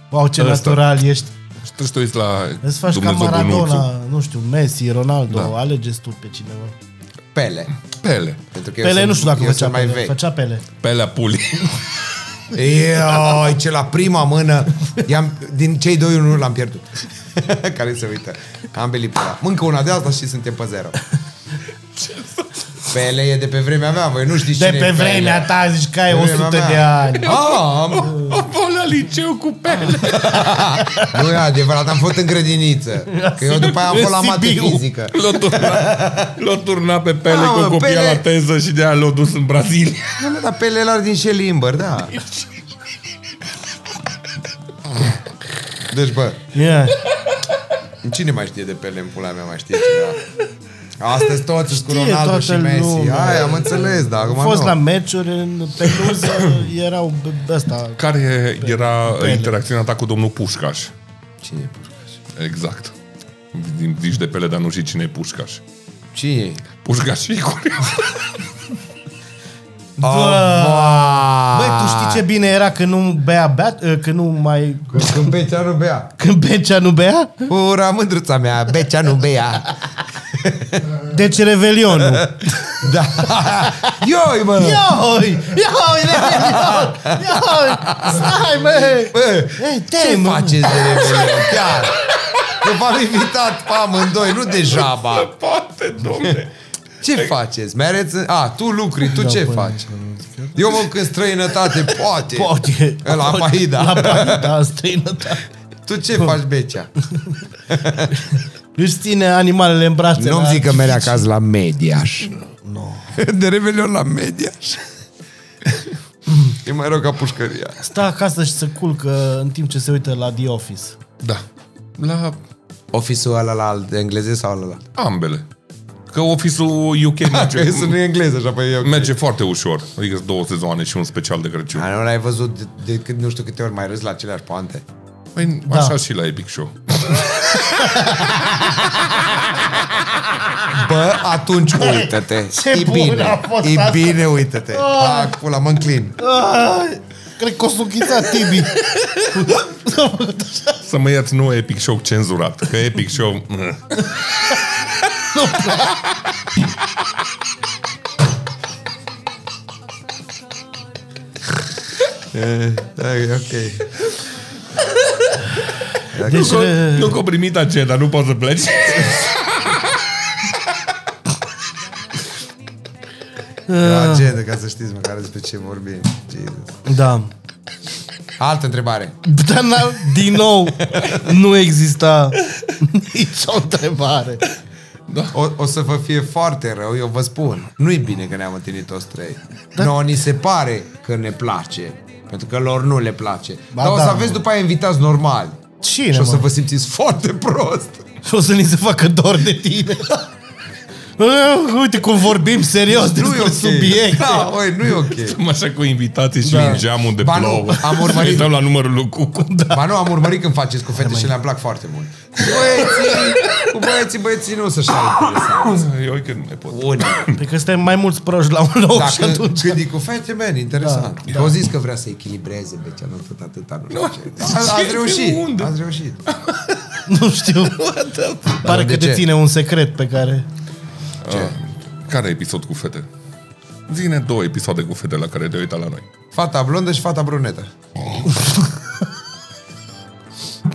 Wow, ce
Ăsta.
natural ești.
Trebuie să te uiți la
Îți faci
Dumnezeu
ca
Bunuțu.
Maradona, nu știu, Messi, Ronaldo,
Da.
da. alegeți tu pe cineva.
Pele.
Pele.
Pentru că eu
Pele,
sunt-
nu știu dacă
eu
făcea
sunt mai
pele.
vechi.
Făcea pele.
Pelea
[LAUGHS]
Puli.
Ioi, ce la prima mână i-am, Din cei doi unul [LAUGHS] l-am pierdut Care se uită Ambelii pe ăla. Mâncă una de asta și suntem pe zero Pele e de pe vremea mea, voi nu știți
De
cine
pe
e Pele.
vremea ta zici că ai
De vremea
100 de
mea.
ani.
Ah, am,
Am la liceu cu pele.
nu e adevărat, am fost în grădiniță. Că eu după aia am fost la mate
Sibiu.
fizică.
L-a turnat, l-a turnat pe pele
Mamă,
Ah,
cu copia
Pele.
la teză și de-aia l-a dus în Brazilia.
Nu, mă, dar Da, Pele era din Șelimbăr, da. Deci, bă,
Yeah.
Cine mai știe de Pele în pula mea, mai știe cineva? Astăzi toți sunt cu
Știe
Ronaldo
toată
și Messi.
lumea.
Ai, am înțeles, dar acum
Am fost
nu.
la meciuri în Peluză, erau b- ăsta.
Care e- era interacțiunea ta cu domnul Pușcaș?
Cine e Pușcaș?
Exact. Din- Zici de pele, dar nu știi cine e Pușcaș.
Cine e?
Pușcaș e curios. [LAUGHS]
Băi, tu știi ce bine era că nu bea, bea că nu mai...
Când Becea nu bea.
Când Becea nu bea?
Ura, mândruța mea, Becea nu bea.
Deci Revelionul.
Da. [LAUGHS] Ioi, mă!
Ioi! Ioi! Revelion! Ioi! Stai, mă!
Bă,
Ei,
ce
te, mă!
faceți de Revelion? Chiar! Că v-am invitat pe amândoi, nu degeaba.
Poate, domne.
Ce faceți? Mereți? în- A, tu lucri,
Da,
tu ce faci? Eu mă duc în străinătate, poate.
Poate.
La
Poate.
Paida.
La Paida, în străinătate.
Tu ce faci, Becea?
Își ține animalele în brațe. da?
Nu-mi
la-
zic că merg acasă la Mediaș. No. [LAUGHS] De Revelion la Mediaș. E mai rău ca pușcăria.
Stă acasă și se culcă în timp ce se uită la The Office.
Da. La
Office-ul ăla la alt, engleză sau ăla la alt?
ambele. Că ofisul [LAUGHS] UK
Că
merge,
să nu e engleză, așa pe eu.
merge foarte ușor. Adică sunt două sezoane și un special de Crăciun.
nu l-ai văzut de, de, cât, nu știu câte ori mai râs la aceleași poante.
Păi,
Da.
așa și la Epic Show.
Bă, atunci uită-te.
Ce
e
bun
bine,
a fost
e
asta.
bine, uită-te. Pac, pula, mă înclin.
Cred că o sughița Tibi.
[LAUGHS] Să mă iați nu Epic Show cenzurat. Că Epic [LAUGHS] Show... mh.
Da, e ok.
Deci, re-
Nu că o primit agenda, nu poți să pleci. [LAUGHS]
E o agenda, ca să știți măcar despre ce vorbim. Jesus.
da.
Altă întrebare.
Dar n-a- din nou, nu exista nicio întrebare.
O, o să vă fie foarte rău, eu vă spun. Nu-i bine că ne-am întâlnit toți trei. Da. Nouă ni se pare că ne place, pentru că lor nu le place.
Ba
Dar o să
da,
aveți
mă.
după aia invitați normali.
Cine,
Și o să
mă?
vă simțiți foarte prost.
Și o să ni se facă dor de
[LAUGHS]
tine. Eh, Uite cum vorbim serios
nu
despre
e ok.
subiecte.
Da, oi, nu e ok.
Așa cu invitații și
Da.
da. în geam unde
Ba nu,
plouă.
am urmărit-
[LAUGHS] Uităm la numărul lui [LAUGHS] Cucu.
Da. Ba nu, am urmărit când faceți cu fete și le-am plac foarte mult. Cu Băieții, cu băieții, băieții nu o să-și are interesant.
Eu că nu mai pot.
Unii.
Pe Păi că suntem mai mulți proști la un loc Oh, și
Dacă
atunci...
când e cu fete, man, interesant. Da, da. Au zis că vrea să echilibreze becea, nu tot atâta, nu știu ce. A- Ați
Ce?
reușit,
Unde?
ați reușit.
Nu
[LAUGHS]
știu. Pare
De
că
ce?
te ține un secret pe care...
Ah. Care episod cu fete? Zine două episoade cu fete la care te uita la noi.
Fata blondă și fata brunetă.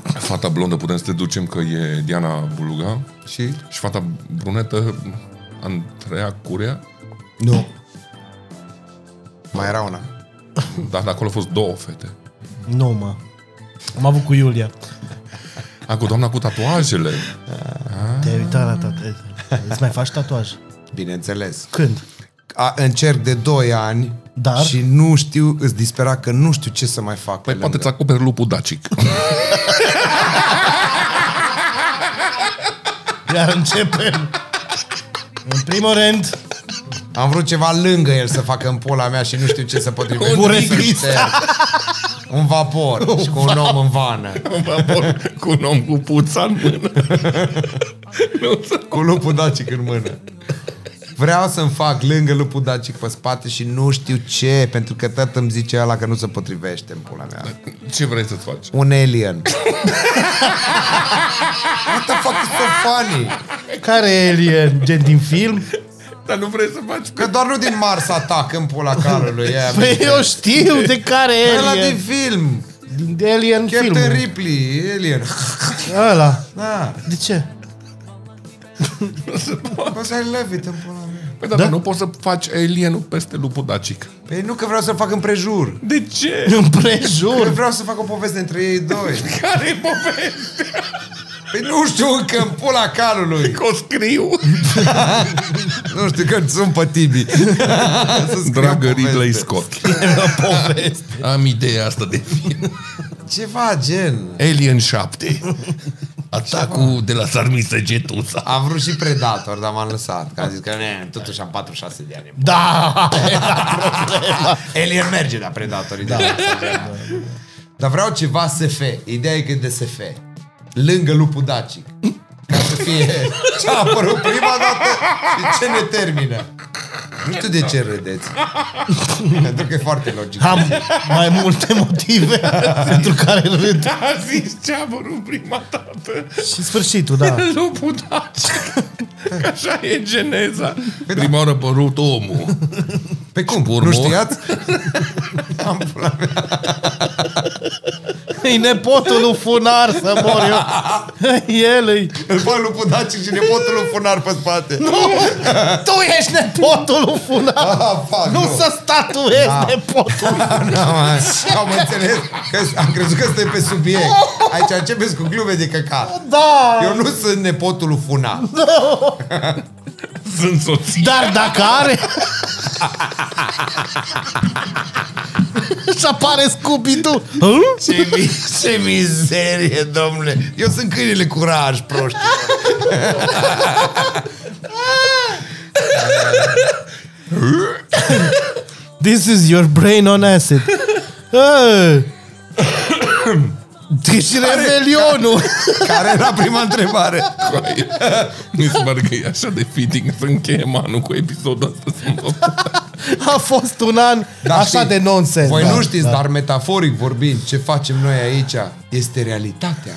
Fata blondă putem să te ducem că e Diana Buluga
Și?
și fata brunetă Andreea Curea.
Nu. Mai era una.
Dar acolo au fost două fete.
Nu, mă. Am avut cu Iulia.
Ah.
A, cu doamna cu tatuajele.
Te-ai uitat la tatuaj. Îți mai faci tatuaj.
Bineînțeles.
Când?
A, încerc de 2 ani
Dar?
și nu știu, îți dispera că nu știu ce să mai fac.
Păi
pe
poate
lângă.
îți acoperi lupul dacic. [LAUGHS]
Iar începem. În primul rând,
Am vrut ceva lângă el să facă în pula mea și nu știu ce să potrivește.
Un
Să-l
regrist.
șterg. Un vapor și cu un om în vană.
Vapor cu un om cu puța în mână. [LAUGHS] nu să...
Cu lupul dacic în mână. Vreau să-mi fac lângă lupul dacic pe spate și nu știu ce, pentru că tot îmi zice ăla că nu se potrivește în pula mea.
Ce vrei să-ți faci?
Un alien. [LAUGHS] What the fuck is so funny?
care e alien? Gen din film?
Dar nu vrei să faci
Că doar nu din Mars atac în pula carului. e
Păi
aminte.
eu știu de care
Ăla
alien.
din film.
Din alien
Captain
film.
Ripley, alien.
Ăla.
Da.
De ce?
Poți să I love it în pula mea.
Păi da, da? dar nu poți să faci alienul peste lupul dacic.
Păi nu că vreau să fac împrejur.
De ce?
Că
Împrejur.
vreau să fac o poveste între ei doi.
Care-i poveste?
Păi nu știu încă în pula calului.
Că o scriu.
Nu știu că sunt pe Tibi. [LAUGHS] Să scriu
Dragă
poveste.
Ridley Scott. Am ideea asta de film.
Ceva gen.
Alien 7. Atacul de la Sarmisă Getusa.
Am vrut și Predator, dar m-am lăsat. Că am zis că ne, totuși am 46 de ani.
Da!
[LAUGHS] Alien merge la Predatorii. Da. Dar vreau ceva SF. Ideea e că e de SF. Lângă lupul dacic. Ca să fie ce a apărut prima dată și ce ne termină. Nu știu de ce râdeți. Pentru că e foarte logic.
Am mai multe motive [LAUGHS] pentru care râd.
Da, A zis ce a vărut prima dată.
Și sfârșitul, da.
Lupul dacic. Că așa e geneza. Păi da. Prima oară a părut omul.
Pe cum?
Urmă.
Nu știați? Am pula mea.
E nepotul lui Funar să mor eu. [LAUGHS] El e
Îl bag lupul dacic și nepotul lui funar pe spate. Nu,
Tu ești nepotul lui Funar.
ah, fac,
Nu să statuezi da.
[LAUGHS]
nepotul.
Da, mă, am înțeles că am crezut că stai pe subiect. Aici începeți cu glume de căcat.
Da.
Eu nu sunt nepotul lui Funa.
Sunt soții.
Dar dacă are... Și apare Scooby-Doo. Hă?
[LAUGHS] Ce, mi- ce mizerie, domnule. Eu sunt câinele curaj, proști.
This is your brain on acid.
[COUGHS]
Ah. Deci revelionul.
Care era prima întrebare?
Coaie. Mi se pare că e așa de fitting să încheie manul cu episodul ăsta. să mă
A fost un an așa
Da, știi,
de nonsens.
Voi
da.
nu știți, dar metaforic vorbind, ce facem noi aici este realitatea.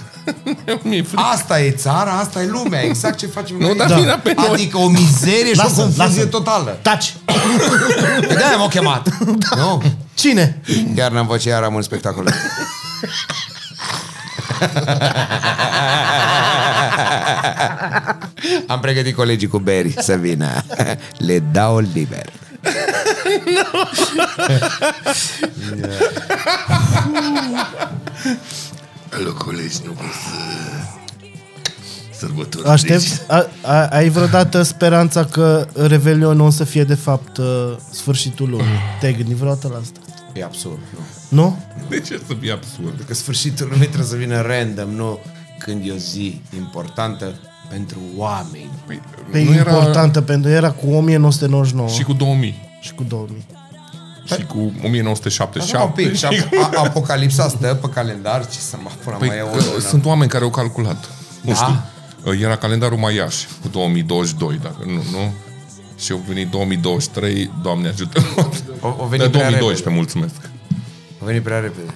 Mi-e frică.
Asta e țara, asta e lumea, exact ce facem
Nu,
noi.
dar
aici.
vina pe noi.
Adică o mizerie și o
Lasă-l,
confuzie
lasă-l.
totală.
Taci.
Pe de-aia m-au chemat.
[LAUGHS] Da.
Nu?
Cine?
Chiar n-am văzut, iar am
[LAUGHS]
un spectacol. am pregătit colegii cu beri să vină. Le dau liber.
Alo, colegi, nu pot să... Sărbători. Deci,
Aștept. A, a, ai vreodată speranța că Revelionul o să fie de fapt uh, sfârșitul lumii? Te-ai gândit vreodată la asta?
E absurd, nu?
Nu?
De ce să fie absurd?
Că sfârșitul lumii trebuie să vină random, nu când e o zi importantă pentru oameni.
Păi,
Pe era... importantă pentru era cu 1999
și
și,
cu 2000.
și cu 2000.
Și cu
Așa un
1977.
pic. Și a- a- apocalipsa stă pe calendar, ce să mă pula
Păi,
mai e o
că
lună.
sunt oameni care au calculat. Nu
Da?
știu. Uh, Era calendarul maiaș cu 2022, dacă nu, nu? Și au venit 2023, Doamne ajută.
O- o venit
Da,
prea
2012, mulțumesc.
A venit prea repede.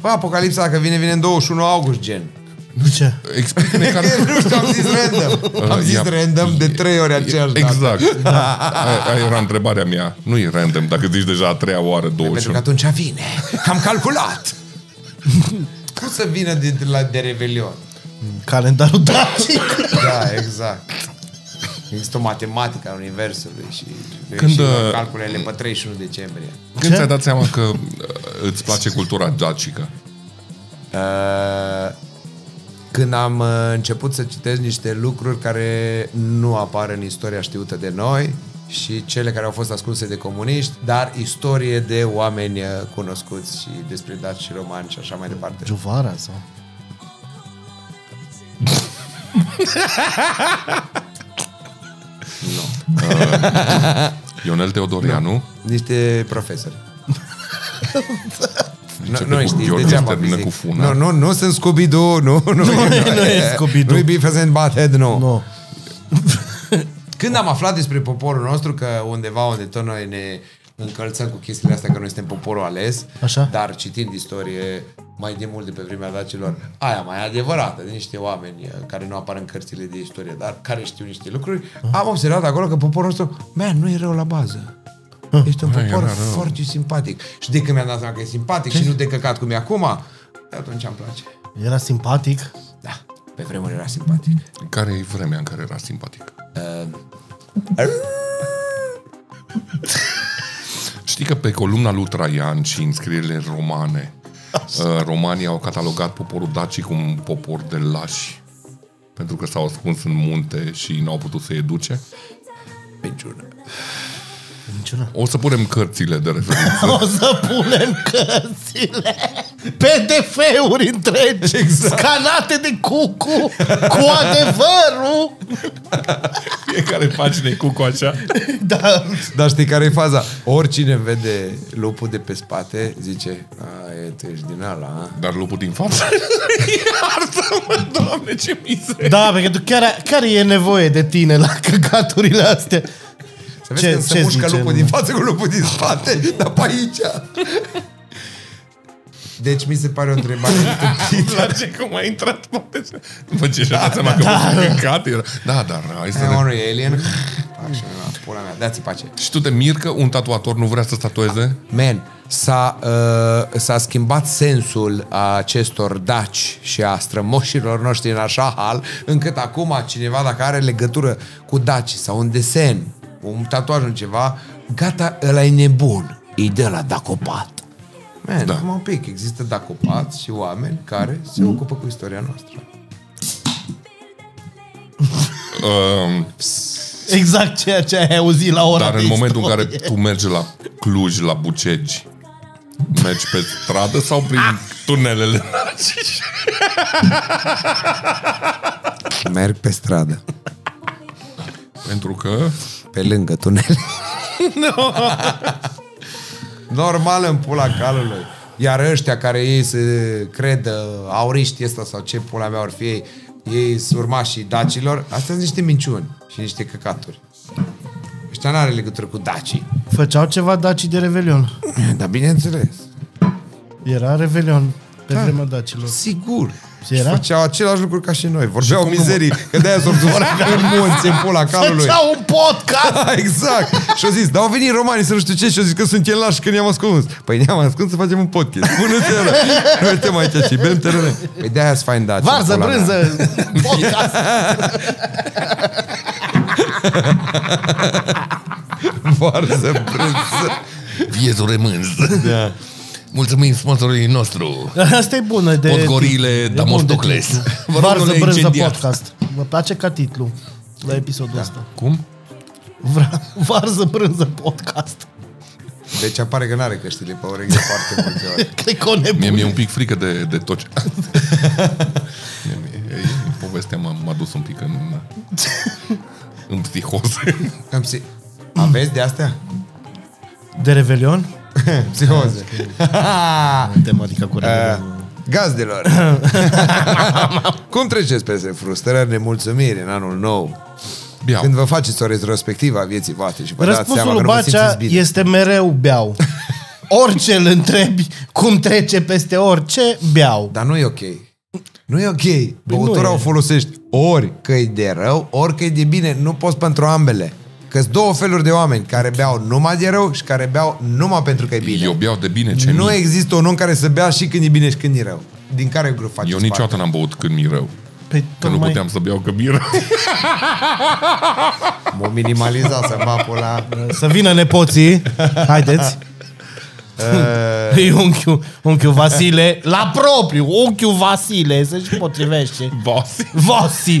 Bă, apocalipsa dacă vine, vine în 21 august, gen.
De ce?
[LAUGHS]
Explică-ne care...
Că nu știu, am zis random. Am
Uh,
zis
ia-
random de trei ori aceeași dată.
Exact. Da. Aia, aia era întrebarea mea. Nu e random dacă zici deja a treia oară
Pentru că
21.
atunci vine. Că am
[LAUGHS]
calculat. Cum să vină de, de la de Revelion?
Calendarul dacic. [LAUGHS]
Da, exact. Există o matematică a Universului și
Când,
și
uh,
calculele pe 31 decembrie.
Când
Ce?
ți-ai dat seama că uh, îți place cultura dacică?
Uh, când am uh, început să citesc niște lucruri care nu apar în istoria știută de noi și cele care au fost ascunse de comuniști, dar istorie de oameni uh, cunoscuți și despre daci și romani și așa mai departe.
Juvara sau?
Ionel Teodorianu?
Niște
[LAUGHS]
profesori. Nu,
Începe
nu
cu
știți,
Gheorghe și
degeaba
termină
vă zic.
cu Funa.
Nu, nu, nu sunt Scooby-Doo, nu, nu, nu,
nu e
Nu
Scooby-Doo.
e Beavis and Butthead, nu.
Nu.
Când am aflat despre poporul nostru, că undeva unde tot noi ne încălțăm cu chestiile astea, că noi suntem poporul ales,
Așa.
dar citind istorie mai de mult de pe vremea dacilor, aia mai e adevărată, de niște oameni eh, care nu apar în cărțile de istorie, dar care știu niște lucruri, am observat acolo că poporul nostru, man, nu e rău la bază. Ești un
era
popor
rău.
foarte simpatic. Și de când mi-am dat seama că e simpatic și nu de căcat cum e acum, de atunci îmi place.
Era simpatic.
Da. Pe vremuri era simpatic.
Care e vremea în care era simpatic? Uh. Știi că pe columna lui Traian și în scrierile romane, uh, romanii au catalogat poporul dacii cu un popor de lași, pentru că s-au ascuns în munte și n-au putut să educe.
Minciună.
Niciuna.
O să punem cărțile de referință.
O să punem cărțile PDF-uri întregi exact. scanate de cucu cu adevărul
[LAUGHS] Fiecare pagină e cu coacea.
da.
Dar știi care e faza? Oricine vede lupul de pe spate, zice, a, e, tu ești din ala, a?
Dar lupul din față... Iartă-mă, doamne, ce mizerie!
da, pentru că chiar, chiar e nevoie de tine la căcaturile astea
Să vezi ce, când se mușcă lupul din față cu lupul din spate, [LAUGHS] dar pe aici. Deci mi se pare o [LAUGHS] întrebare
[LAUGHS] Îmi place cum a intrat poate să... Bă, ce și-a dat seama că da. mâncat era... Da, dar hai să ne...
Unul e alien. Așa, la pula mea, dați-i pace.
Și tu te mir că un tatuator nu vrea să statueze?
Man, s-a, uh, s-a schimbat sensul a acestor daci și a strămoșilor noștri în așa hal, încât acum cineva dacă are legătură cu daci sau un desen, un tatuaj, un ceva, gata, ăla e nebun. E de la dacopat. Man, da. acum un pic, există dacopați și oameni care se ocupă cu istoria noastră.
Uh,
Exact ceea ce ai auzit la ora
dar
de
în momentul în
istorie.
care tu mergi la Cluj, la Bucegi, mergi pe stradă sau prin tunelele naziști?
Merg pe stradă,
Pentru că...
pe lângă [LAUGHS] tunel. Normal în pula calului. Iar ăștia care ei se credă auriști ăsta sau ce pula mea or fi ei, ei sunt urmașii dacilor, astea sunt niște minciuni și niște căcaturi. Ăștia n-are legătură cu dacii.
Făceau ceva dacii de Revelion.
Dar bineînțeles.
Era Revelion pe da. vremea dacilor.
Sigur.
Și era?
Făceau același lucru ca și noi. Vorbeau mizerii, că de-aia s-au dus [LAUGHS] în munți, în pula calului.
Făceau un podcast!
[LAUGHS] exact. Și-au zis, dar au venit romanii să nu știu ce și-au zis că sunt chelași că ne-am ascuns. Păi ne-am ascuns să facem un podcast. Bună seara! Noi suntem aici și bem terene. Păi de-aia sunt fain daci.
Varză,
pula mea.
brânză,
da.
podcast!
Varză, brânză.
Viețul remâns.
Da.
Mulțumim sponsorului nostru.
Asta e bună de...
Podgorile
e bun
Damostocles.
de titlu.
Vă rog, nu
Varză,
le
brânză,
incendiați.
podcast. Mă place ca titlu la
Da.
episodul ăsta.
Cum?
Vra- Varză, brânză, podcast.
Deci apare că n-are căștile pe urechi de foarte multe ori.
Cred că o nebun.
Mie mi-e un pic frică de, de tot ce... [LAUGHS] Mie mi-e- e- e- Povestea m-a, m-a dus un pic în... în psihoze.
Cam psi... Aveți de astea?
De Revelion?
Psihoze.
[LAUGHS]
Eh,
Suntem, adică cu Revelion. [LAUGHS]
Gazdelor! Cum treceți peste frustrări, nemulțumiri în anul nou?
Bia,
Când vă faceți o retrospectivă a vieții voastre și vă dați
Răspunsul
seama că
lui
nu vă
Bacea
simțiți bine.
este mereu
[LAUGHS]
beau. Orice îl întrebi, cum trece peste orice, beau.
Dar nu e ok. Nu e ok.
Păi nu
Băutura
e.
o folosești ori că e de rău, ori că e de bine. Nu poți pentru ambele. că sunt două feluri de oameni care beau numai de rău și care beau numai pentru că e bine.
eu beau de bine ce
nu
mi.
există un om care să bea și când e bine și când e rău. Din care grup faceți
Eu
parte?
niciodată n-am băut când mi-e rău.
Păi
Că nu
tocmai
puteam să beau că mi-e rău. [LAUGHS]
M-o minimaliza să mă
[LAUGHS]
pula.
să vină nepoții.
[LAUGHS]
Haideți. E unchiul, unchiul Vasile, la propriu, unchiul Vasile, să-și potrivește.
Vasi.
Vossi.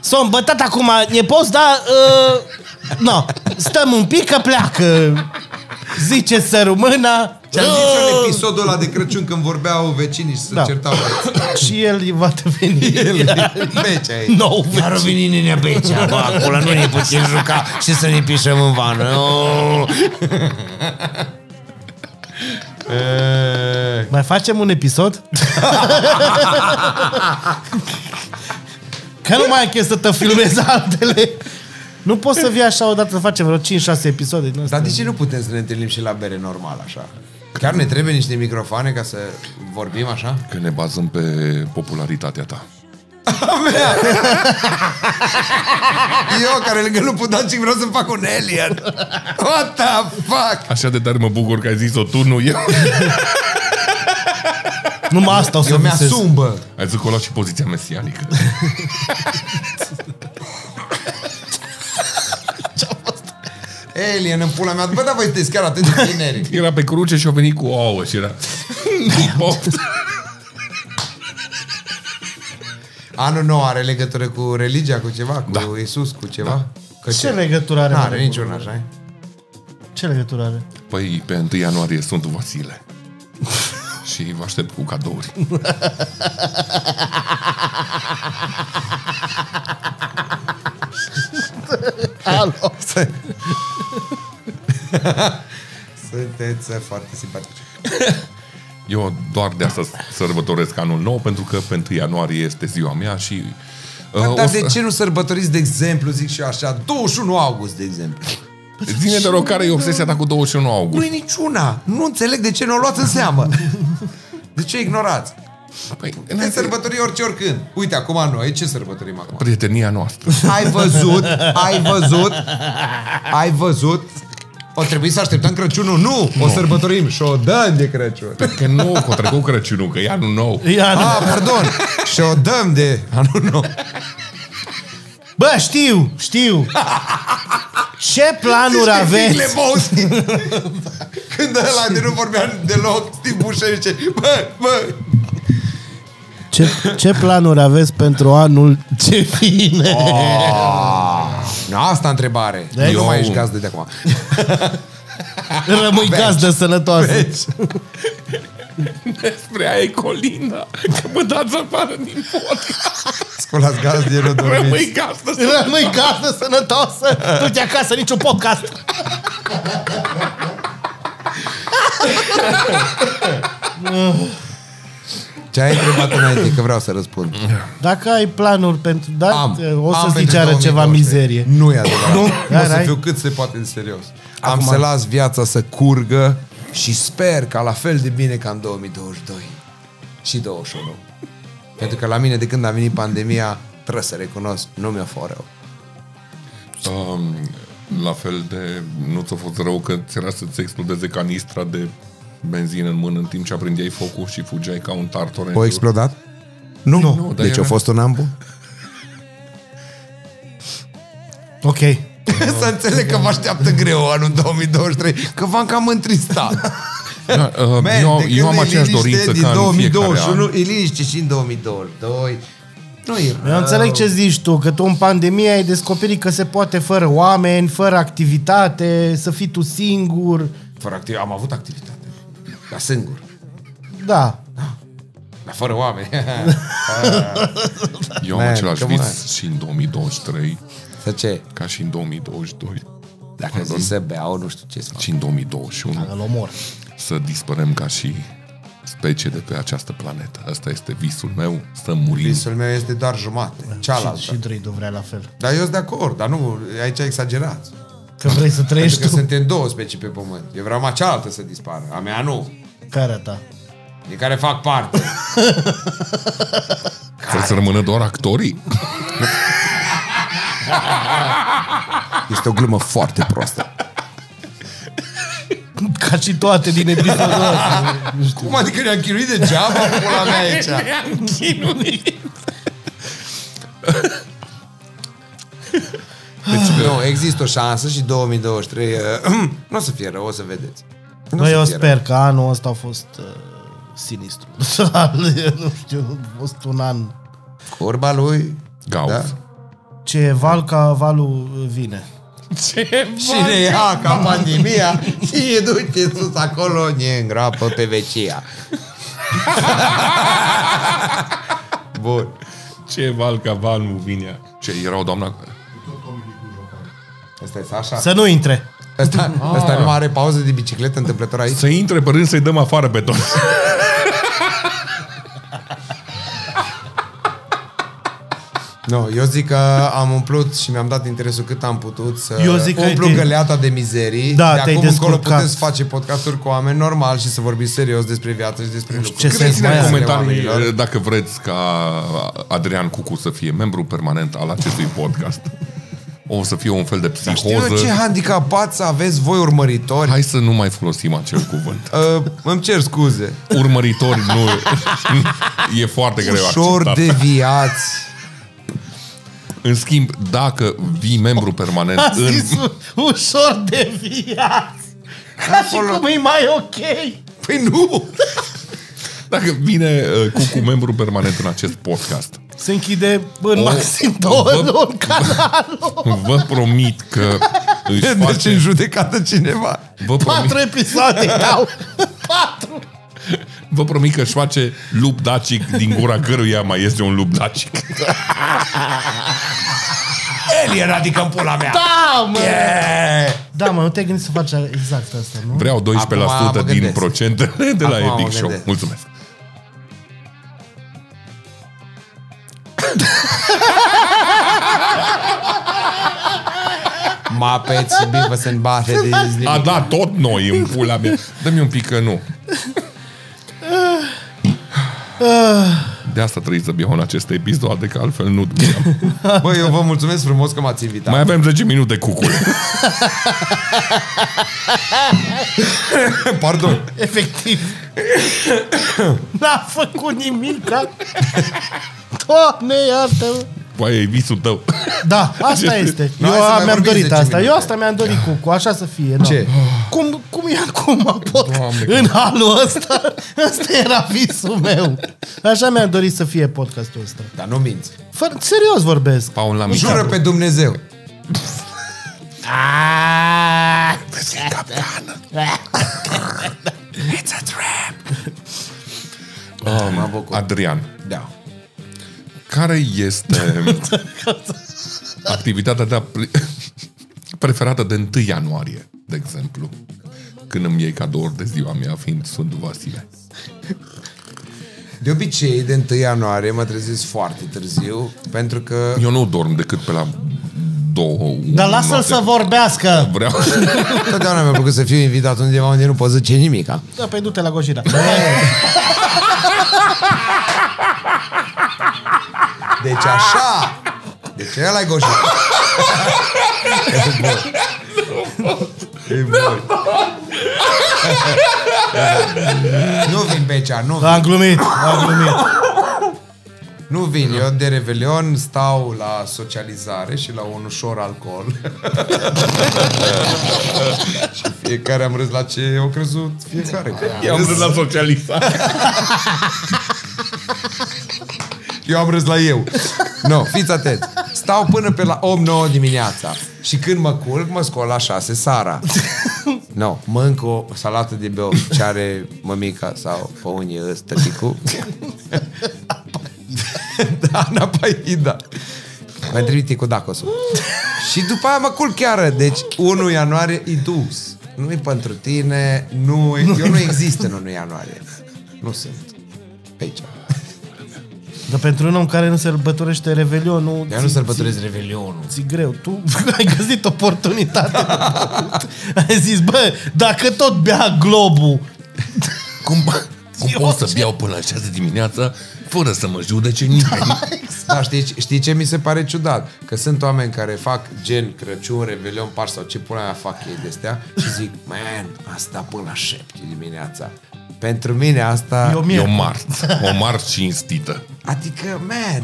S-a îmbătat acum nepoți, dar... Uh, no, stăm un pic că pleacă. Zice să rămână.
Ce-am
[LAUGHS]
zis eu în episodul ăla de Crăciun când vorbeau vecinii și se da.
Da. [LAUGHS]
certau.
Și el va deveni
Bece Deci, aici.
nou
Dar
vecin.
veni nenea
[LAUGHS]
Becea, bă, acolo nu ne putem juca și să ne pișăm în
[LAUGHS]
vană. Oh.
Mai facem un
[LAUGHS]
episod? Că nu mai ai chef să te filmezi altele. Nu poți să vii așa odată să facem vreo 5-6 episoade din
Dar
astea.
de ce nu putem să ne întâlnim și la bere normal așa? Chiar ne trebuie niște microfoane ca să vorbim așa?
Că ne bazăm pe popularitatea ta.
Eu care lângă lupul Dacic vreau să fac un alien. What the fuck?
Așa de tare mă bucur că ai zis-o tu, nu eu.
Numai asta o să
Eu
visez.
mi-asum, bă.
[LAUGHS] Ai zis că o luat și poziția mesianică.
Alien în pula mea. Bă, da, voi sunteți chiar atât de tineri.
Era pe cruce și a venit cu ouă și [LAUGHS] era... Poftă.
Anul nou are legătură cu religia, cu ceva, cu da. Isus, cu ceva? Da. Că
Ce legătură are?
Nu are
mă,
niciun așa.
Ce legătură are?
Păi, pe 1 ianuarie sunt Vasile. și vă aștept cu cadouri.
Alo.
[LAUGHS] Sunteți uh, foarte simpatici.
Eu doar de asta sărbătoresc anul nou, pentru că pe 1 ianuarie este ziua mea și... Uh,
Dar da,
o să-
de ce nu sărbătoriți, de exemplu, zic și eu așa, 21 august, de exemplu?
Zine de rog care e obsesia ta cu 21
Nu
august.
e niciuna. Nu înțeleg de ce nu o luați în seamă. De ce ignorați?
Păi,
Ne sărbătorim orice oricând. Uite, acum noi ce sărbătorim acum?
prietenia noastră.
Ai văzut, ai văzut, ai văzut. O trebuie să așteptăm Crăciunul? Nu! O sărbătorim și o dăm de Crăciun.
Că nu, că a trecut Crăciunul, că e anul nou.
Ia,
Ah, pardon! Și o dăm de anul nou.
Bă, știu,
[LAUGHS]
știu. Ce planuri aveți?
Lebowski. Când ăla de nu vorbea deloc, Steve Buscemi zice, bă, bă,
Ce, ce planuri aveți pentru anul ce vine?
Oh, Nu, asta întrebare.
Da?
Nu mai
Eu-
ești gazdă de acum.
Rămâi gazdă sănătoasă.
Despre aia e colina, că mă dați afară din podcast.
Sculați [LAUGHS] gazdă, nu
Păi
dormiți.
Rămâi gazdă.
Rămâi gazdă sănătoasă. Du-te acasă, niciun podcast.
Ce ai întrebat înainte, că vreau să răspund.
Dacă ai planuri pentru... Da,
Am.
o să
am
zici
pentru
iară ceva
2020.
mizerie.
Nu [LAUGHS] e adevărat. Nu?
Dar
O să
ai?
fiu cât se poate în serios. Am să las viața să curgă și sper ca la fel de bine ca în 2022 și 21. Pentru că la mine, de când a venit pandemia, trebuie să recunosc, nu mi-a fost rău.
Um, la fel de nu ți-a fost rău că ți era să-ți explodeze canistra de benzină în mână în timp ce aprindeai focul și fugeai ca un tartore.
O explodat? Nu. nu
dar
deci
era-
a fost un an bun?
Ok.
[LAUGHS] Să înțeleg că vă așteaptă greu anul 2023, că v-am cam întristat.
da, uh,
Man,
eu,
de când
eu am
e
aceeași
liniște
dorință
din
ca în fiecare an.
2021, E liniște și în 2022. Nu e
Eu înțeleg ce zici tu, că tu în pandemie ai descoperit că se poate fără oameni, fără activitate, să fii tu singur.
Fără activ... Am avut activitate. Dar singur.
Da.
Dar fără [LAUGHS] oameni.
Eu am
Man,
același
come on.
vis și în 2023,
Să ce?
ca și în 2022,
Dacă zici să beau, nu știu ce să fac.
și în 2021,
Îl omor.
să dispărem ca și specie de pe această planetă. Asta este visul meu, să murim.
Visul meu este doar jumate.
Și,
Cealaltă.
și Druidu vrea la fel.
Dar eu sunt de acord, dar nu, aici exagerați.
Că vrei să trăiești
Pentru că
tu.
suntem două specii pe pământ. Eu vreau mai cealaltă să dispară. A mea nu.
Care a ta?
De care fac parte.
Trebuie să rămână doar actorii.
Este o glumă foarte proastă.
Ca și toate din episodul
[LAUGHS]
ăsta.
Cum adică ne-am chinuit degeaba pula mea aici? Deci, nu, există o șansă și 2023 uh, [CLEARS THROAT] nu o să fie rău, o să vedeți. Nu o
Noi
să
eu
fie
sper că anul ăsta a fost uh, sinistru. [LAUGHS] nu știu, a fost un an.
rău. Curba lui.
Gauz.
Da.
Ce e val ca valul vine.
Cine ia ca pandemia, cine duce sus acolo, ne îngroapă pe vecia. Bun.
Ce val ca val nu vine. Ce, era o doamna...
Asta e așa.
Să nu intre.
Asta, asta nu are pauză de bicicletă întâmplător aici?
Să intre pe rând să-i dăm afară pe toți.
Nu, eu zic că am umplut și mi-am dat interesul cât am putut să
Eu zic că
umplu
te-
găleata de mizerii.
Da,
de
te-ai
acum încolo
descurcat.
puteți face podcasturi cu oameni normal și să vorbiți serios despre viață și despre lucruri.
ce
Cât
sens
de
Țineți
mai
în
are. eh,
interesele
comentarii
oamenilor.
Eh, dacă vreți ca Adrian Cucu să fie membru permanent al acestui podcast. o să fie un fel de
Știu eu ce
psihoză.
handicapați aveți voi urmăritori.
Hai să nu mai folosim acel cuvânt.
Uh, îmi cer scuze.
Urmăritori nu...
[LAUGHS]
e foarte greu
Ușor
acceptat.
de viați.
În schimb, dacă vii membru
[LAUGHS]
permanent
A
în...
zis u- ușor de viață. Ca și
Acolo-
cum e mai ok.
Păi
[LAUGHS]
nu!
Dacă vine uh, cu, cu membru permanent în acest podcast,
Se închide în
O-
maxim
o
două
vă-
luni canalul.
vă promit
[LAUGHS]
că își
Deci în
face...
judecată cineva.
Vă promit,
Patru episoade
[LAUGHS]
dau. Patru.
vă promit că își face lup dacic din gura căruia mai este un lup dacic.
Alien, adică în pula mea.
Da, mă! Da, mă, nu te-ai gândit să faci exact asta, nu?
Vreau 12%
Acum mă
din
gândesc.
procentele de la
Acum mă
Epic Show.
gândesc.
Mulțumesc.
Mă peți, bine, să bate de zi.
A, da, tot noi în pula mea. Dă-mi un pic că nu.
Ah.
De asta trebuie să beau în aceste episoade, că altfel nu
Da.
duream.
Bă, eu vă mulțumesc frumos că m-ați invitat.
Mai avem 10 minute, cucule.
Pardon.
Efectiv. [COUGHS] N-a făcut nimic, da? Doamne, iartă
Păi e visul tău.
Da, asta este.
Nu,
Eu
hai să mai
mi-am
vorbim
dorit
10
asta.
minute.
Eu asta mi-am dorit cu, cu așa să fie. Da.
Ce?
Cum, cum e acum pot
Doamne,
în halul ăsta? Ăsta era visul meu. Așa mi-am dorit să fie podcastul ăsta.
Dar nu minți.
Fără, serios vorbesc.
[LAUGHS] Paul la mică.
Jură pe Dumnezeu. Mă bucur.
Adrian,
Da.
care
[LAUGHS]
este activitatea ta pri- preferată de 1 ianuarie, de exemplu? Când îmi iei cadouri de ziua mea, fiind Sfântul Vasile.
De obicei, de 1 ianuarie mă trezesc foarte târziu, pentru că...
Eu nu dorm decât pe la două, unu
Dar lasă-l
noapte.
să vorbească.
Vreau... [LAUGHS]
Totdeauna mi-a plăcut să fiu invitat undeva unde nu pot zice nimica.
Da, păi du-te la Gojira.
Deci așa! Deci ăla-i goșit. E bun. E bun. nu vin pe cea, nu vin.
Am glumit, am glumit.
Nu vin, eu de Revelion stau la socializare și la un ușor alcool. și fiecare am râs la ce au crezut fiecare.
Eu am vrut la socializare.
Eu am râs la eu. Nu, no, fiți atenți. Stau până pe la 8-9 dimineața. Și când mă culc, mă scol la 6 sara. Nu, no, mănânc o salată de beu ce are mămica sau păunie ăsta, picu. da, Ana Paida. Mă trimite cu dacosul. Și după aia mă culc chiar. Deci 1 ianuarie e dus. Nu e pentru tine, nu, eu nu există în 1 ianuarie. Nu sunt. Pe aici.
Dar pentru un om care nu sărbătorește Revelionul,
Dar nu
ți-
sărbătoresc Revelionul.
ți greu. Tu [LAUGHS] ai găsit oportunitate. ai zis, bă, dacă tot bea globul,
Cum, cum pot să beau până la 6 dimineața fără să mă judece
[LAUGHS]
nimeni?
Da, știi, știi ce mi se pare ciudat? Că sunt oameni care fac gen Crăciun, Revelion, Paști sau ce pula mea fac ei de astea și zic, man, asta până la 7 dimineața. Pentru mine asta...
eu
Eu...
E o
mi
marți. O marți cinstită.
Adică, man,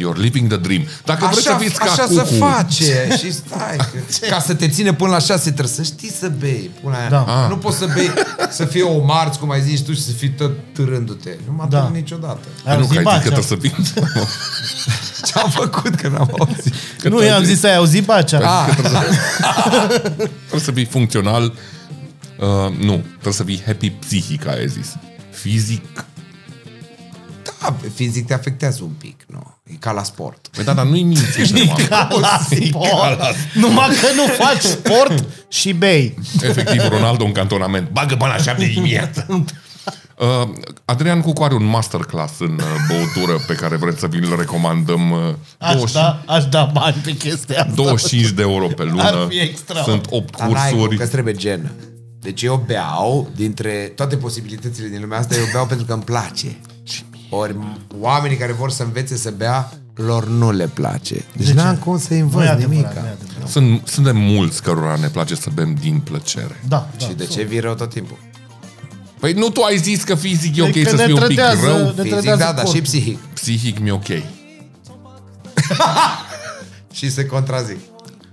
You're living the dream. Dacă vreți să
așa,
fiți ca
așa
cucu,
se face
[LAUGHS]
și stai. Că, ca să te ține până la 6 trebuie să știi să bei. Pula mea.
Da.
Nu poți să bei, să fie o marți, cum ai zis tu, și să fii tot târându-te. Nu m-a
Da.
da. niciodată.
Că nu, că ai
bă,
zis că trebuie
așa.
să fii... [LAUGHS]
Ce-am făcut că n-am auzit?
că
Nu,
tu ai
i-am
zis- Da,
zis, ai auzit pe [LAUGHS] acea?
Ah,
Trebuie să fii funcțional. Uh, nu, trebuie să fii happy psihic, ai zis. Fizic.
Da, fizic te afectează un pic, nu? E ca la sport.
Păi da, dar nu-i minți ăștia,
E
oameni.
ca la sport. Numai că nu faci sport și bei.
Efectiv, Ronaldo în cantonament. Bagă bani la șapte
[LAUGHS]
dimineața. Uh, Adrian Cucu are un masterclass în uh, băutură pe care vrem să vi-l recomandăm. Uh,
Aș da, aș da bani pe chestia asta.
25 de euro pe lună.
Ar fi extra.
Sunt 8
Dar n-ai cum,
cursuri.
că trebuie gen. Deci eu beau, dintre toate posibilitățile din lumea asta, eu beau pentru că îmi place. Ori oamenii care vor să învețe să bea, lor nu le place. Deci n-am cum să
Nu e
învăț
adevărat,
nimic.
nu e adevărat.
Sunt, suntem mulți cărora ne place să bem din plăcere.
Da, da.
Și de ce vii rău tot timpul?
Păi nu tu ai zis că fizic e ok
Că
să
ne
fii un pic
trădează-
rău,
ne
Fizic,
trădează
da, dar și
corpul.
psihic.
psihic mi-e ok.
Și se contrazic.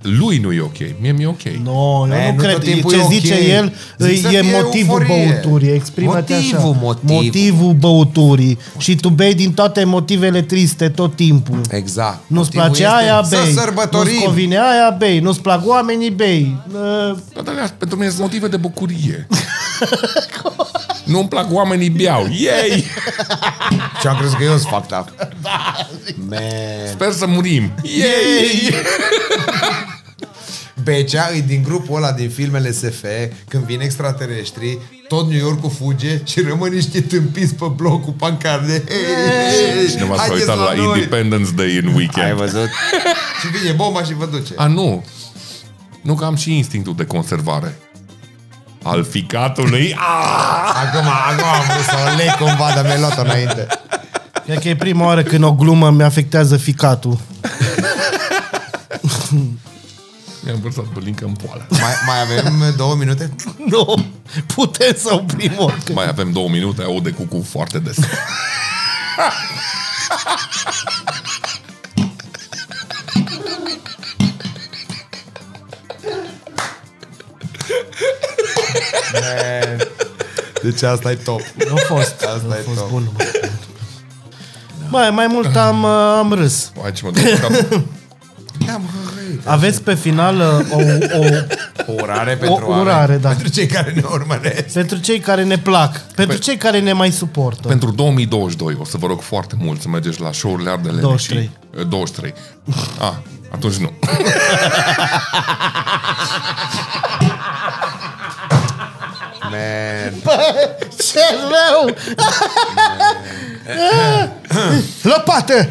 Lui nu e ok, mie mi-e ok. No.
No, eu
E,
nu,
nu
cred.
tot timpul
Ce
e ok.
zice el
Zic să
e
fie
motivul
euforie.
băuturii. Exprimă-te
Motivul,
așa.
motivul.
Motivul băuturii. Și tu bei din toate motivele triste tot timpul.
Exact.
Nu-ți
Motivul
place
este
aia, bei.
Să
Nu-ți
sărbătorim.
convine aia, bei. Nu-ți plac oamenii, bei. Uh,
Dar pentru mine sunt motive de bucurie. Nu-mi plac oamenii biau. Yay!
Și am crezut că eu sunt
[LAUGHS]
fucked up. Da. Man.
Sper să murim. Yay!
[LAUGHS] Becea e din grupul ăla din filmele SF, când vin extraterestri, tot New York-ul fuge și rămân niște tâmpiți pe bloc cu pancarde.
Cineva s-a
Haideți
uitat la
noi.
Independence Day în weekend.
văzut? și vine bomba și vă duce.
A, nu. Nu că am și instinctul de conservare. Al ficatului. Ah! Aaaa!
Acum, acum am vrut să o leg cumva, dar mi-ai luat înainte.
cred că e prima oară când o glumă mi afectează
[LAUGHS]
ficatul.
Mi-am vărsat bălincă în poală.
Mai, mai avem două minute?
Nu, putem să oprim oricând.
Mai avem două minute, au de cucu foarte des.
Deci asta e top.
A fost,
Asta
a
e
fost
tot.
bun. mă. Mai, mai mult am, uh, am râs.
Hai ce mă duc în cap.
Da, mă, hei.
Aveți pe final uh, o, o,
O urare pentru oameni.
urare, da.
Pentru cei care ne urmăresc.
pentru cei care ne plac,
Păi-
pentru cei care ne mai suportă.
Pentru 2022 o să vă rog foarte mult să mergeți la show-urile Ardele
23.
Eh, Și, 23. A, atunci nu. [LAUGHS]
Man.
Ce
[LAUGHS]
rău! Lopată!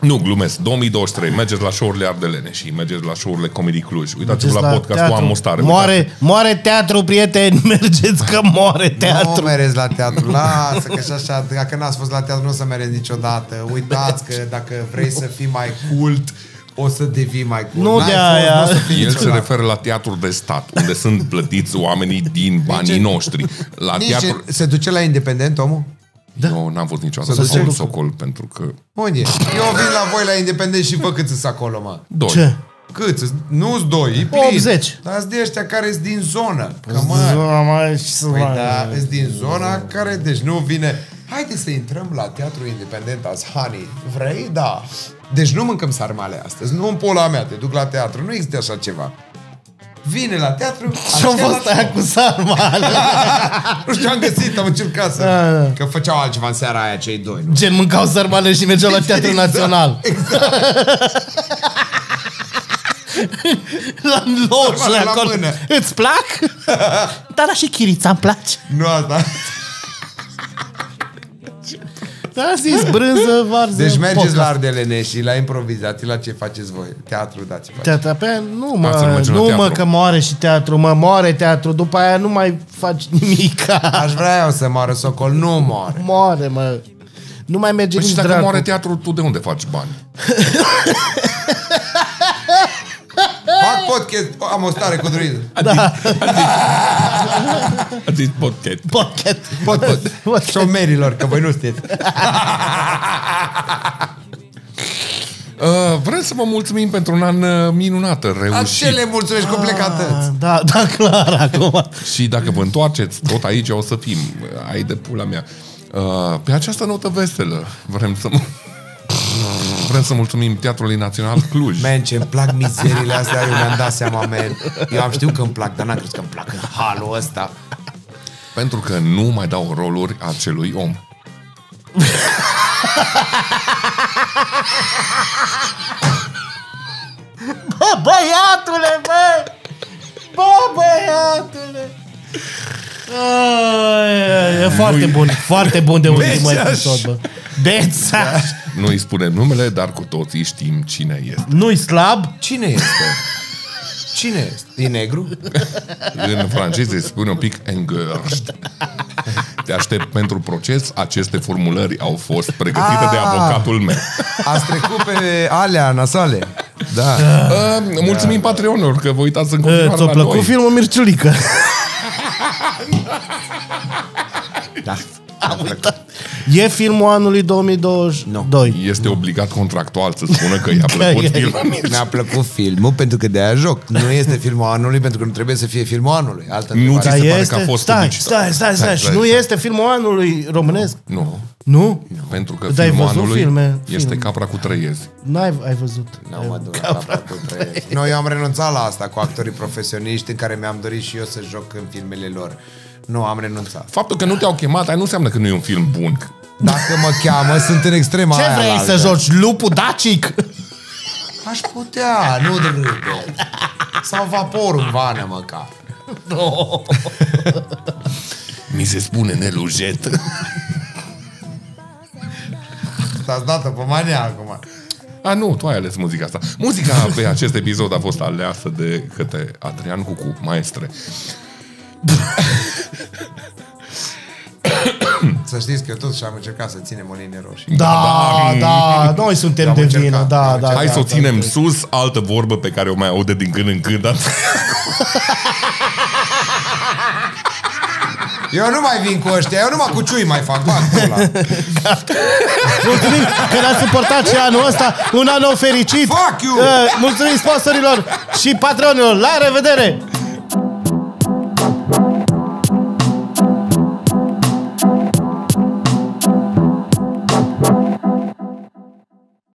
Nu, glumesc. 2023. Mergeți la show-urile Ardelene și mergeți la show-urile Comedy Cluj. Uitați-vă la, podcast cu Am o stare.
Moare, moare teatru, prieteni! [LAUGHS] Mergeți că moare
Teatru. Nu
teatru!
mereți la teatru, lasă că și așa, dacă n-ați fost la teatru nu o să mereți niciodată. Uitați că dacă vrei să fii mai cult, o să devii mai cult.
Nu
N-ai
de
fost,
aia.
n-o să fii
El se
niciodată.
referă la teatru de stat, unde sunt plătiți oamenii din banii noștri. La
Nici
teatru...
Se duce la independent, omul?
Eu n-am fost niciodată
Să
să
ducem-
un socol, pentru că...
Unde? e? Eu vin la voi la independent și vă cât sunt acolo, mă.
Doi.
Ce?
Cât? Nu-s doi, e plin.
80.
Dar sunt de ăștia care sunt din zonă. Că mă,
mai și să
păi
mai-
da, sunt din zona care, deci nu vine... Haide să intrăm la Teatrul Independent azi, Hani. Vrei? Da. Deci nu mâncăm sarmale astăzi, nu în pola mea, te duc la teatru, nu există așa ceva. Vine la
[LAUGHS]
teatru,
Și-a
același
fost aia cu sarmale.
[LAUGHS] Nu știu, am găsit, am încercat să...
Da, da.
Că făceau altceva în seara aia cei doi, nu?
Gen, mâncau sarmale și mergeau la Teatrul
Exact.
Național. [LAUGHS] La loci,
Sarmale la
acolo.
mână.
Îți plac?
[LAUGHS]
Da, da, și chirița îmi place.
Nu asta.
Da, a zis, brânză, varză,
[LAUGHS] Deci mergeți
podcast.
la Ardelene și la improvizații, la ce faceți voi. Teatru, dați-vă.
Teatru, pe aia nu
Hai să
mă,
mergem la
nu mă,
teatru.
că moare și teatru, mă, moare teatru, după aia nu mai faci nimic. [LAUGHS]
Aș vrea eu să moară socol, nu moare.
moare, mă. Nu mai merge
Păi
nici
și dacă
dracu.
moare teatru, tu de unde faci bani?
Fac podcast, o, am o stare cu druidul.
A zis podcast.
Pocket.
Pot, pot.
[LAUGHS] Pot.
Șomerilor, că voi nu știți.
Uh, vrem să vă mulțumim pentru un an uh, minunat reușit.
Acele mulțumesc cu plecatăți.
Da, da, clar, [LAUGHS] acum.
Și dacă vă întoarceți, tot aici o să fim. Ai de pula mea. Uh, Pe această notă veselă vrem să... Vrem să mulțumim Teatrului Național Cluj.
Man, ce îmi plac mizeriile astea, eu mi-am dat seama, man. Eu am știut că îmi plac, dar n-am crezut că îmi plac în halul ăsta.
Pentru că nu mai dau roluri acelui om.
Bă, băiatule, bă! Bă, băiatule! Ai, E foarte bun, foarte bun de
Deci
ultimul
Bețeaș.
episod, bă. Deci,
Da.
Bețaș.
Nu îi spunem numele, dar cu toții știm cine este.
Nu-i slab?
Cine este? Cine este? E negru?
În franceză îi spune un pic engaged. Te aștept pentru proces. Aceste formulări au fost pregătite de
Ah.
avocatul meu.
Ați trecut pe alea nasale. Da.
Uh, mulțumim Patreonilor că vă uitați în
Uh,
continuare
Da. Ți-a
la
plăcut
noi.
filmul Mirciulică?
da.
E filmul anului 2022.
Este obligat contractual să spună că
[LAUGHS]
i-a plăcut
Că Da, e-
filmul.
Mi-a plăcut filmul pentru că de-aia joc. Nu este filmul anului pentru că nu trebuie să fie filmul anului. Altă
Nu
întrebare.
ți- se
Dar
pare
Da, este...
că a fost
stai,
publicitar.
stai, stai, stai.
Stai,
Și
stai,
nu
stai.
este filmul anului românesc?
Nu.
Nu?
Pentru că
Dar ai
filmul
văzut
anului
filme?
este
Film.
capra cu trăiezi.
N-ai ai văzut.
N-am adunat la faptul trei. No, eu am renunțat la asta cu actorii profesioniști în care mi-am dorit și eu să joc în filmele lor. Nu, am renunțat.
Faptul că nu te-au chemat, aia nu înseamnă că nu e un film bun.
Dacă mă cheamă, sunt în
Da,
extrema
Ce
aia
vrei
la
să
altă.
joci? Lupul Dacic?
Aș putea, nu râde. Sau vaporul în vană măcar.
Mi se spune nelujet.
Stați dată pe mania acum.
[LAUGHS] A, nu, tu ai ales muzica asta. Muzica pe acest episod a fost aleasă de către Adrian Cucu, maestre.
Să știți că eu totuși am încercat să ținem o linie roșie.
Da, da, noi suntem
Am
de
încercat,
vină,
am
da, da.
încercat.
Hai
da,
să o
da,
ținem
da.
sus, altă vorbă pe care o mai aude din când în când. dar-
Eu nu mai vin cu ăștia, eu numai cu ciui mai fac bani pe ăla.
Mulțumim că ne-ați suportat și anul ăsta, un an nou fericit. Eh,
Fuck you!
Uh, Mulțumim sponsorilor și patronilor. La revedere!